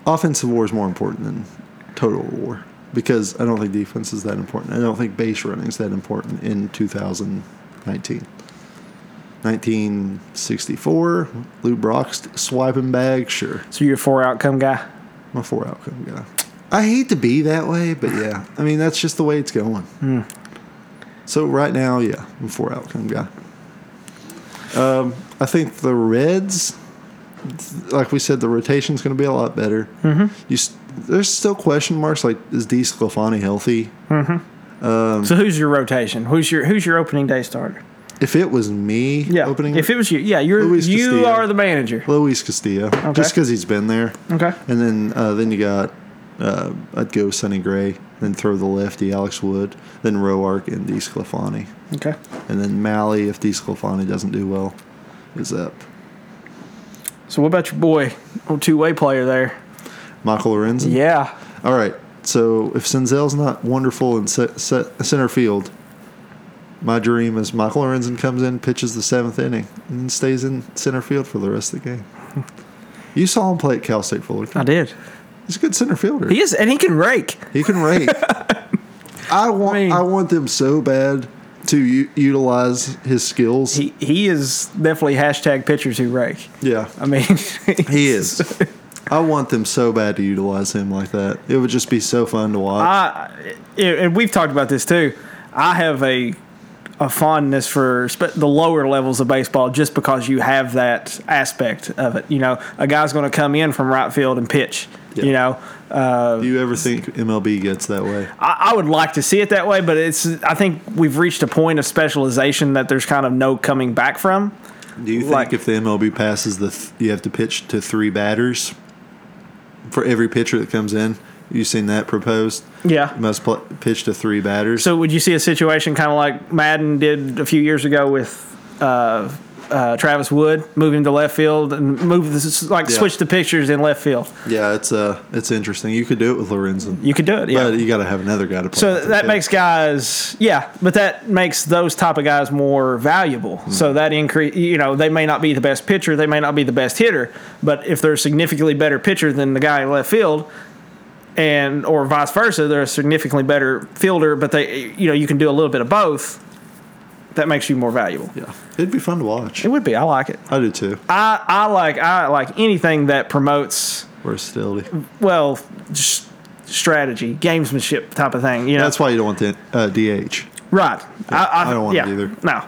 Speaker 2: offensive war is more important than total war because I don't think defense is that important. I don't think base running is that important in 2019. 1964, Lou Brock's swiping bag, sure.
Speaker 3: So you're a four outcome guy.
Speaker 2: I'm a four outcome guy. I hate to be that way, but yeah, I mean, that's just the way it's going.
Speaker 3: Hmm.
Speaker 2: So right now, yeah, I'm a four outcome guy. Um, I think the Reds, like we said, the rotation's going to be a lot better. Mm-hmm. You, s- there's still question marks like is D. Sclafani healthy?
Speaker 3: Hmm.
Speaker 2: Um,
Speaker 3: so who's your rotation? Who's your who's your opening day starter?
Speaker 2: If it was me
Speaker 3: Yeah.
Speaker 2: opening,
Speaker 3: if it was you, yeah, you're
Speaker 2: Luis
Speaker 3: you
Speaker 2: Castillo.
Speaker 3: are the manager.
Speaker 2: Luis Castillo, Just just because he's been there.
Speaker 3: Okay.
Speaker 2: And then uh, then you got uh, I'd go Sonny Gray, then throw the lefty Alex Wood, then Roark and D. Sclafani.
Speaker 3: Okay.
Speaker 2: And then Mally, if D. Sclafani doesn't do well, is up.
Speaker 3: So what about your boy, two way player there?
Speaker 2: Michael Lorenzen.
Speaker 3: Yeah.
Speaker 2: All right. So if Senzel's not wonderful in se- se- center field, my dream is Michael Lorenzen comes in, pitches the seventh inning, and stays in center field for the rest of the
Speaker 3: *laughs*
Speaker 2: game. You saw him play at Cal State Fullerton.
Speaker 3: I did.
Speaker 2: He's a good center fielder.
Speaker 3: He is, and he can rake.
Speaker 2: He can
Speaker 3: *laughs*
Speaker 2: rake. I want. I,
Speaker 3: I mean-
Speaker 2: want them so bad to u- utilize his skills.
Speaker 3: He he is definitely hashtag pitchers who rake.
Speaker 2: yeah,
Speaker 3: I mean, *laughs*
Speaker 2: he is. I want them so bad to utilize him like that. It would just be so fun to watch.
Speaker 3: I, and we've talked about this too. I have a a fondness for spe- the lower levels of baseball just because you have that aspect of it. You know, a guy's going to come in from right field and pitch.
Speaker 2: Yeah.
Speaker 3: You know,
Speaker 2: Do you ever think MLB gets that way?
Speaker 3: I, I would like to see it that way, but it's I think we've reached a point of specialization that there's kind of no coming back from.
Speaker 2: Do you think
Speaker 3: like-
Speaker 2: if the MLB passes the, th- you have to pitch to three batters for every pitcher that comes in? You've seen that proposed.
Speaker 3: Yeah.
Speaker 2: You must pl- pitch to three batters.
Speaker 3: So would you see a situation kind of like Madden did a few years ago with uh, uh, Travis Wood, move him to left field, and move this like
Speaker 2: Yeah.
Speaker 3: switch the pictures in left field.
Speaker 2: Yeah, it's uh, it's interesting. You could do it with Lorenzen.
Speaker 3: You could do it, yeah.
Speaker 2: But you got to have another guy to play.
Speaker 3: So
Speaker 2: with,
Speaker 3: that
Speaker 2: okay?
Speaker 3: makes guys, yeah, but that makes those type of guys more valuable. So that increase, you know, they may not be the best pitcher, they may not be the best hitter, but if they're a significantly better pitcher than the guy in left field, and or vice versa, they're a significantly better fielder, but they, you know, you can do a little bit of both. That makes you more valuable.
Speaker 2: Yeah, it'd be fun to watch.
Speaker 3: It would be. I like it.
Speaker 2: I do too.
Speaker 3: I, I like I like anything that promotes
Speaker 2: Versatility.
Speaker 3: well just strategy, gamesmanship type of thing. You know,
Speaker 2: That's why you don't want the uh, DH.
Speaker 3: Right. I, I,
Speaker 2: I don't want
Speaker 3: yeah.
Speaker 2: it either.
Speaker 3: No.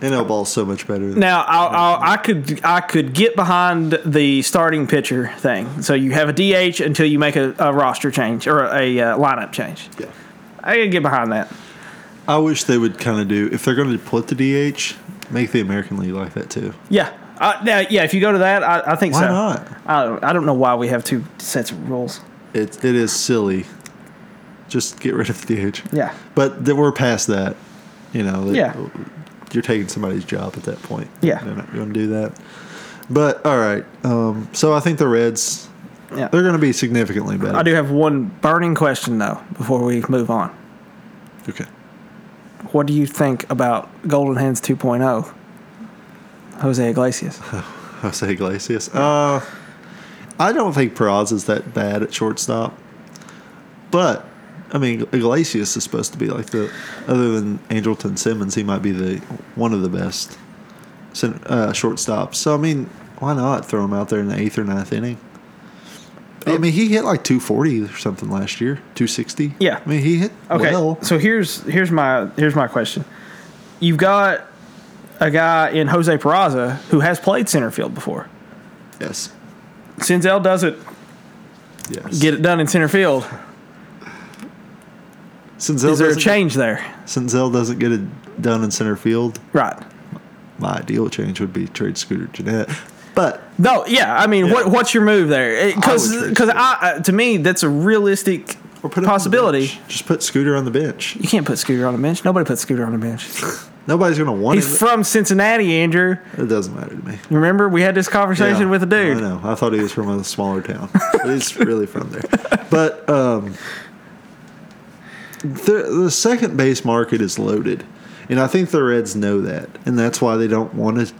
Speaker 2: NL ball's so much better. Than
Speaker 3: Now I'll, I'll, I could I could get behind the starting pitcher thing. So you have a DH until you make a, a roster change or a, uh lineup change.
Speaker 2: Yeah.
Speaker 3: I could get behind that.
Speaker 2: I wish they would kind of do if they're going to put the DH, make the American League like that too.
Speaker 3: Yeah. Uh, now, yeah. If you go to that, I, I think
Speaker 2: Why
Speaker 3: so.
Speaker 2: not?
Speaker 3: I don't, I don't know why we have two sets of rules.
Speaker 2: It it is silly. Just get rid of the DH.
Speaker 3: Yeah.
Speaker 2: But th- we're past that. You know. that-
Speaker 3: Yeah.
Speaker 2: You're taking somebody's job at that point.
Speaker 3: Yeah.
Speaker 2: They're not going to do that. But all right. Um, so I think the Reds
Speaker 3: Yeah.
Speaker 2: they're going to be significantly better.
Speaker 3: I do have one burning question though before we move on.
Speaker 2: Okay.
Speaker 3: What do you think about Golden Hands 2.0? Jose Iglesias.
Speaker 2: Jose Iglesias. Uh, I don't think Peraza's is that bad at shortstop, but I mean Iglesias is supposed to be like the other than Angelton Simmons, he might be the one of the best cen- uh, shortstops. So I mean, why not throw him out there in the eighth or ninth inning? I mean, he hit like 240 or something last year, 260.
Speaker 3: Yeah.
Speaker 2: I mean, he hit
Speaker 3: Okay.
Speaker 2: well.
Speaker 3: So here's here's my here's my question. You've got a guy in Jose Peraza who has played center field before.
Speaker 2: Yes.
Speaker 3: Sinzel doesn't
Speaker 2: Yes.
Speaker 3: get it done in center field.
Speaker 2: Sinzel
Speaker 3: Is there a
Speaker 2: doesn't-
Speaker 3: change there?
Speaker 2: Sinzel doesn't get it done in center field.
Speaker 3: Right.
Speaker 2: my ideal change would be trade Scooter Jeanette. But
Speaker 3: No. Yeah. I mean, what what's your move there? Because
Speaker 2: I would
Speaker 3: because
Speaker 2: trade
Speaker 3: I, I to me that's a realistic
Speaker 2: or put him on the
Speaker 3: possibility.
Speaker 2: bench. Just put Scooter on the bench.
Speaker 3: You can't put Scooter on a bench. Nobody puts Scooter on a bench.
Speaker 2: *laughs* Nobody's gonna want
Speaker 3: He's
Speaker 2: it.
Speaker 3: from Cincinnati, Andrew.
Speaker 2: it doesn't matter to me.
Speaker 3: Remember we had this conversation
Speaker 2: Yeah,
Speaker 3: with a
Speaker 2: I
Speaker 3: dude.
Speaker 2: know. I thought he was from a smaller town.
Speaker 3: *laughs*
Speaker 2: He's really from there. But um, the the second base market is loaded, and I think the Reds know that, and that's why they don't want to.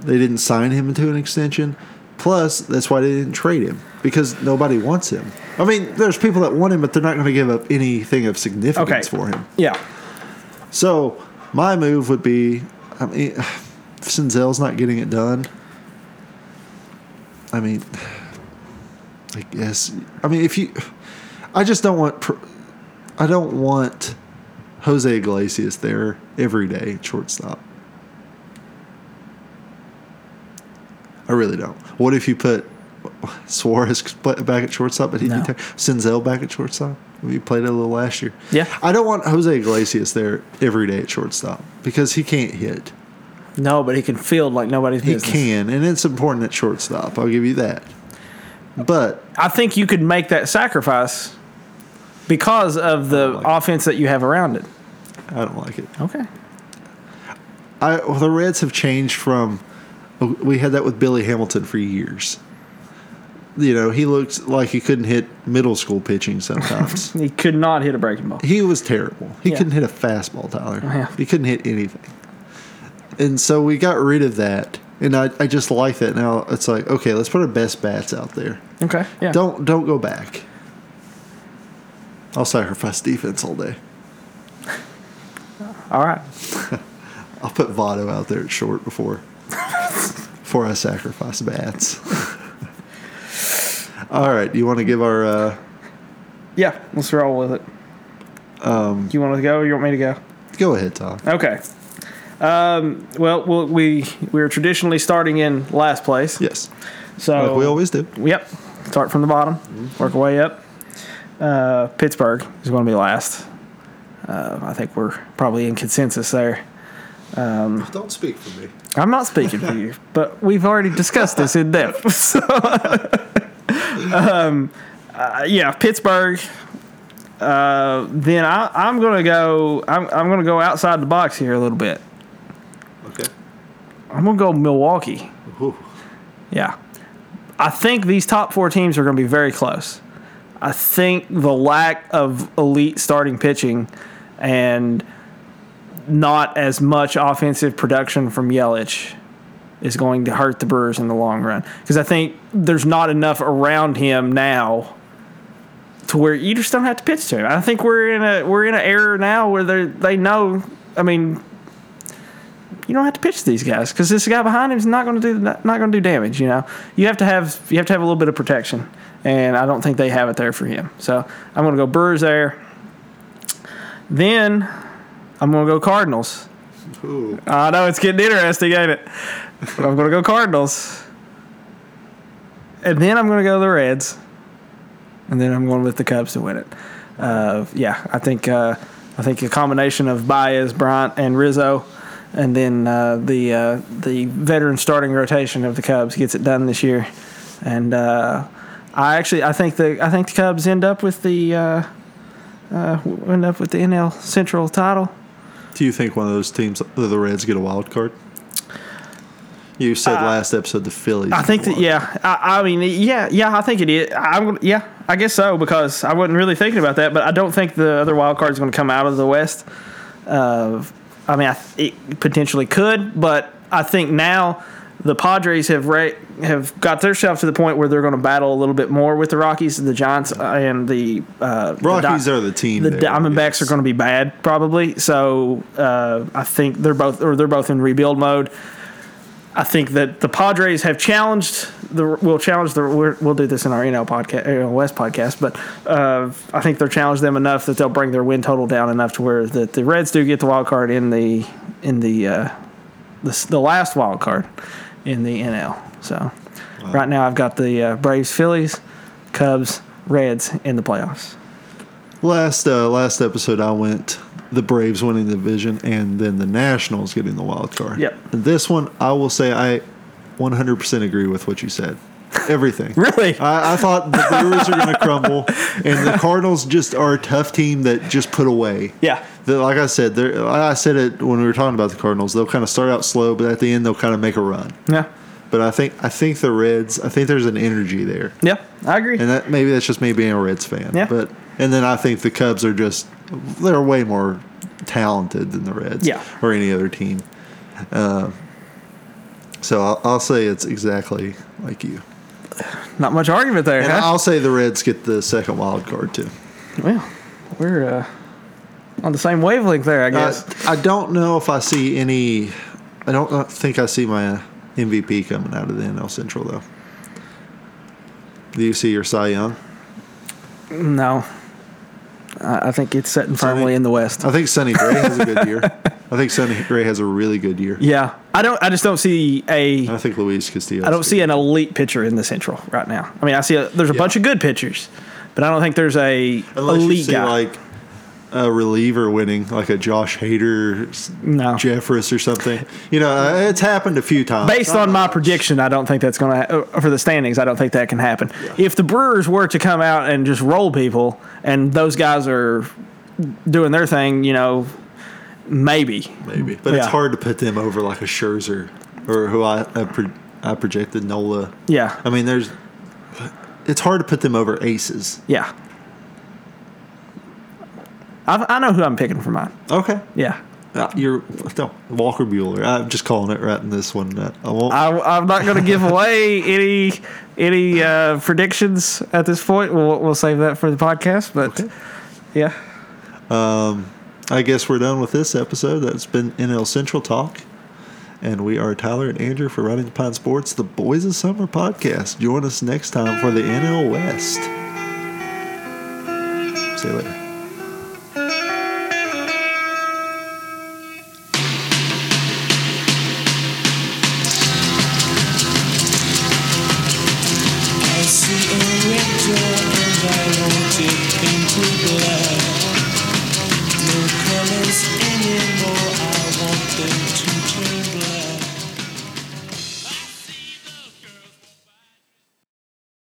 Speaker 2: They didn't sign him into an extension. Plus, that's why they didn't trade him because nobody wants him. I mean, there's people that want him, but they're not going to give up anything of
Speaker 3: Okay.
Speaker 2: significance for him.
Speaker 3: Yeah.
Speaker 2: So my move would be, I mean, *sighs* if Sinzel's not getting it done. I mean, *sighs* I guess. I mean, if you, I just don't want. pr- I don't want Jose Iglesias there every day at shortstop. I really don't. What if you put Suarez back at shortstop, but he'd
Speaker 3: No.
Speaker 2: be there? Sinzel back at shortstop. We played it a little last year.
Speaker 3: Yeah.
Speaker 2: I don't want Jose Iglesias there every day at shortstop because he can't hit.
Speaker 3: No, but he can field like nobody's
Speaker 2: He
Speaker 3: business.
Speaker 2: can, and it's important at shortstop. I'll give you that. But
Speaker 3: I think you could make that sacrifice because of the
Speaker 2: like it.
Speaker 3: offense that you have around it.
Speaker 2: I don't like it.
Speaker 3: Oh, Okay.
Speaker 2: I well, the Reds have changed from we had that with Billy Hamilton for years. You know, he looked like he couldn't hit middle school pitching sometimes.
Speaker 3: *laughs* He could not hit a breaking ball.
Speaker 2: he was terrible. He
Speaker 3: Yeah. Oh,
Speaker 2: couldn't hit a fastball, Tyler.
Speaker 3: Yeah.
Speaker 2: He couldn't hit anything. And so we got rid of that. And I, I just like that now. It's like, okay, let's put our best bats out there.
Speaker 3: Okay. Yeah.
Speaker 2: Don't don't go back. I'll sacrifice defense all day.
Speaker 3: All right.
Speaker 2: I'll put Votto out there at short before before I sacrifice bats. *laughs* all right, you want to give our uh,
Speaker 3: Yeah. Let's roll with it. Um, you want to go or you want me to go?
Speaker 2: go ahead, Tom.
Speaker 3: Okay. Um, well, we'll we we are traditionally starting in last place.
Speaker 2: Yes,
Speaker 3: So
Speaker 2: like we always Mm-hmm. do.
Speaker 3: Yep. Start from the bottom, work our way up. Uh, Pittsburgh is going to be last. Uh, I think we're probably in consensus there.
Speaker 2: Don't speak for me.
Speaker 3: I'm not speaking for you, but we've already discussed this in depth. *laughs* So, um, uh, yeah, Pittsburgh. Uh, then I, I'm gonna go. I'm, I'm gonna go outside the box here a little bit.
Speaker 2: Okay.
Speaker 3: I'm gonna go Milwaukee. Yeah, I think these top four teams are gonna be very close. I think the lack of elite starting pitching and not as much offensive production from Yelich is going to hurt the Brewers in the long run because I think there's not enough around him now to where you just don't have to pitch to him. I think we're in a we're in an era now where they they know. I mean, you don't have to pitch to these guys because this guy behind him is not going to do not going to do damage. You know, you have to have you have to have a little bit of protection, and I don't think they have it there for him. So I'm going to go Brewers there. Then I'm going to go Cardinals. I know it's getting interesting, ain't it? But I'm going to go Cardinals, and then I'm going to go the Reds and then I'm going with the Cubs to win it. Uh, yeah, I think uh, I think a combination of Baez, Bryant, and Rizzo, and then uh, the uh, the veteran starting rotation of the Cubs gets it done this year. And uh, I actually I think the I think the Cubs end up with the uh, uh, end up with the NL Central title.
Speaker 2: Do you think one of those teams, the Reds, get a wild card? You said last episode the Phillies.
Speaker 3: Uh, I think that yeah. I, I mean yeah yeah. I think it is. I would yeah. I guess so because I wasn't really thinking about that, but I don't think the other wild card is going to come out of the West. Uh, I mean, I, th- it potentially could, but I think now the Padres have ra- have got themselves to the point where they're going to battle a little bit more with the Rockies, the Giants, and the uh, the
Speaker 2: Rockies
Speaker 3: Di-
Speaker 2: are the team.
Speaker 3: the
Speaker 2: there,
Speaker 3: Diamondbacks
Speaker 2: yes.
Speaker 3: are going to be bad probably. So uh, I think they're both or they're both in rebuild mode. I think that the Padres have challenged the will challenge the we're, we'll do this in our NL podcast NL West podcast, but uh, I think they're challenged them enough that they'll bring their win total down enough to where that the Reds do get the wild card in the in the uh, the, s- the last wild card in the NL. So right now I've got the uh, Braves, Phillies, Cubs, Reds in the playoffs.
Speaker 2: Last uh, last episode, I went the Braves winning the division and then the Nationals getting the wild card.
Speaker 3: Yep.
Speaker 2: This one, I will say, I 100% agree with what you said. Everything.
Speaker 3: *laughs* Really?
Speaker 2: I, I thought the Brewers are going to crumble, and
Speaker 3: *laughs*
Speaker 2: the Cardinals just are a tough team that just put away.
Speaker 3: Yeah.
Speaker 2: The, like I said, they're- I said it when we were talking about the Cardinals. They'll kind of start out slow, but at the end, they'll kind of make a run.
Speaker 3: Yeah.
Speaker 2: But I think I think the Reds. I think there's an energy there
Speaker 3: Yeah, I agree.
Speaker 2: and that maybe that's just me being a Reds fan.
Speaker 3: Yeah.
Speaker 2: But and then I think the Cubs are just they're way more talented than the Reds.
Speaker 3: Yeah.
Speaker 2: Or any other team. Uh, so I'll, I'll say it's exactly like you,
Speaker 3: Not much argument there.
Speaker 2: and
Speaker 3: Huh?
Speaker 2: I'll say the Reds get the second wild card too.
Speaker 3: Well, we're uh, on the same wavelength there,
Speaker 2: Uh,
Speaker 3: I guess.
Speaker 2: I, I don't know if I see any. I don't not think I see my MVP coming out of the NL Central though. Do you see your Cy Young?
Speaker 3: no, I, I think it's setting firmly
Speaker 2: mean-
Speaker 3: in the West.
Speaker 2: I think Sonny Gray has a good
Speaker 3: *laughs*
Speaker 2: year. I think Sonny Gray has a really good year.
Speaker 3: yeah, I don't. I just don't see a.
Speaker 2: I think Luis Castillo.
Speaker 3: I don't see an elite pitcher in the Central right now. I mean, I see a, there's a bunch of good pitchers, but I don't think there's a
Speaker 2: Unless you
Speaker 3: elite
Speaker 2: see
Speaker 3: guy.
Speaker 2: like a reliever winning, like a Josh Hader, s-
Speaker 3: No.
Speaker 2: Jeffress or something. You know, uh, it's happened a few times.
Speaker 3: Based on my prediction, I don't think that's going to ha- uh, for the standings. I don't think that can happen. If the Brewers were to come out and just roll people, and those guys are doing their thing, you know, maybe.
Speaker 2: maybe, but it's
Speaker 3: Yeah.
Speaker 2: hard to put them over like a Scherzer or who I I, pro- I projected Nola.
Speaker 3: Yeah,
Speaker 2: I mean, there's. It's hard to put them over aces.
Speaker 3: yeah. I, I know who I'm picking for mine.
Speaker 2: Okay.
Speaker 3: Yeah,
Speaker 2: Uh, you're no, Walker Bueller. I'm just calling it right in this one. Uh, I won't.
Speaker 3: I, I'm not going to give away any any uh, predictions at this point. We'll we'll save that for the podcast. But
Speaker 2: Okay.
Speaker 3: yeah,
Speaker 2: I guess we're done with this episode. That's been NL Central Talk. And we are Tyler and Andrew for Riding the Pine Sports, the Boys of Summer podcast. Join us next time for the NL West. See you later.
Speaker 5: I see a red door and I want it painted black.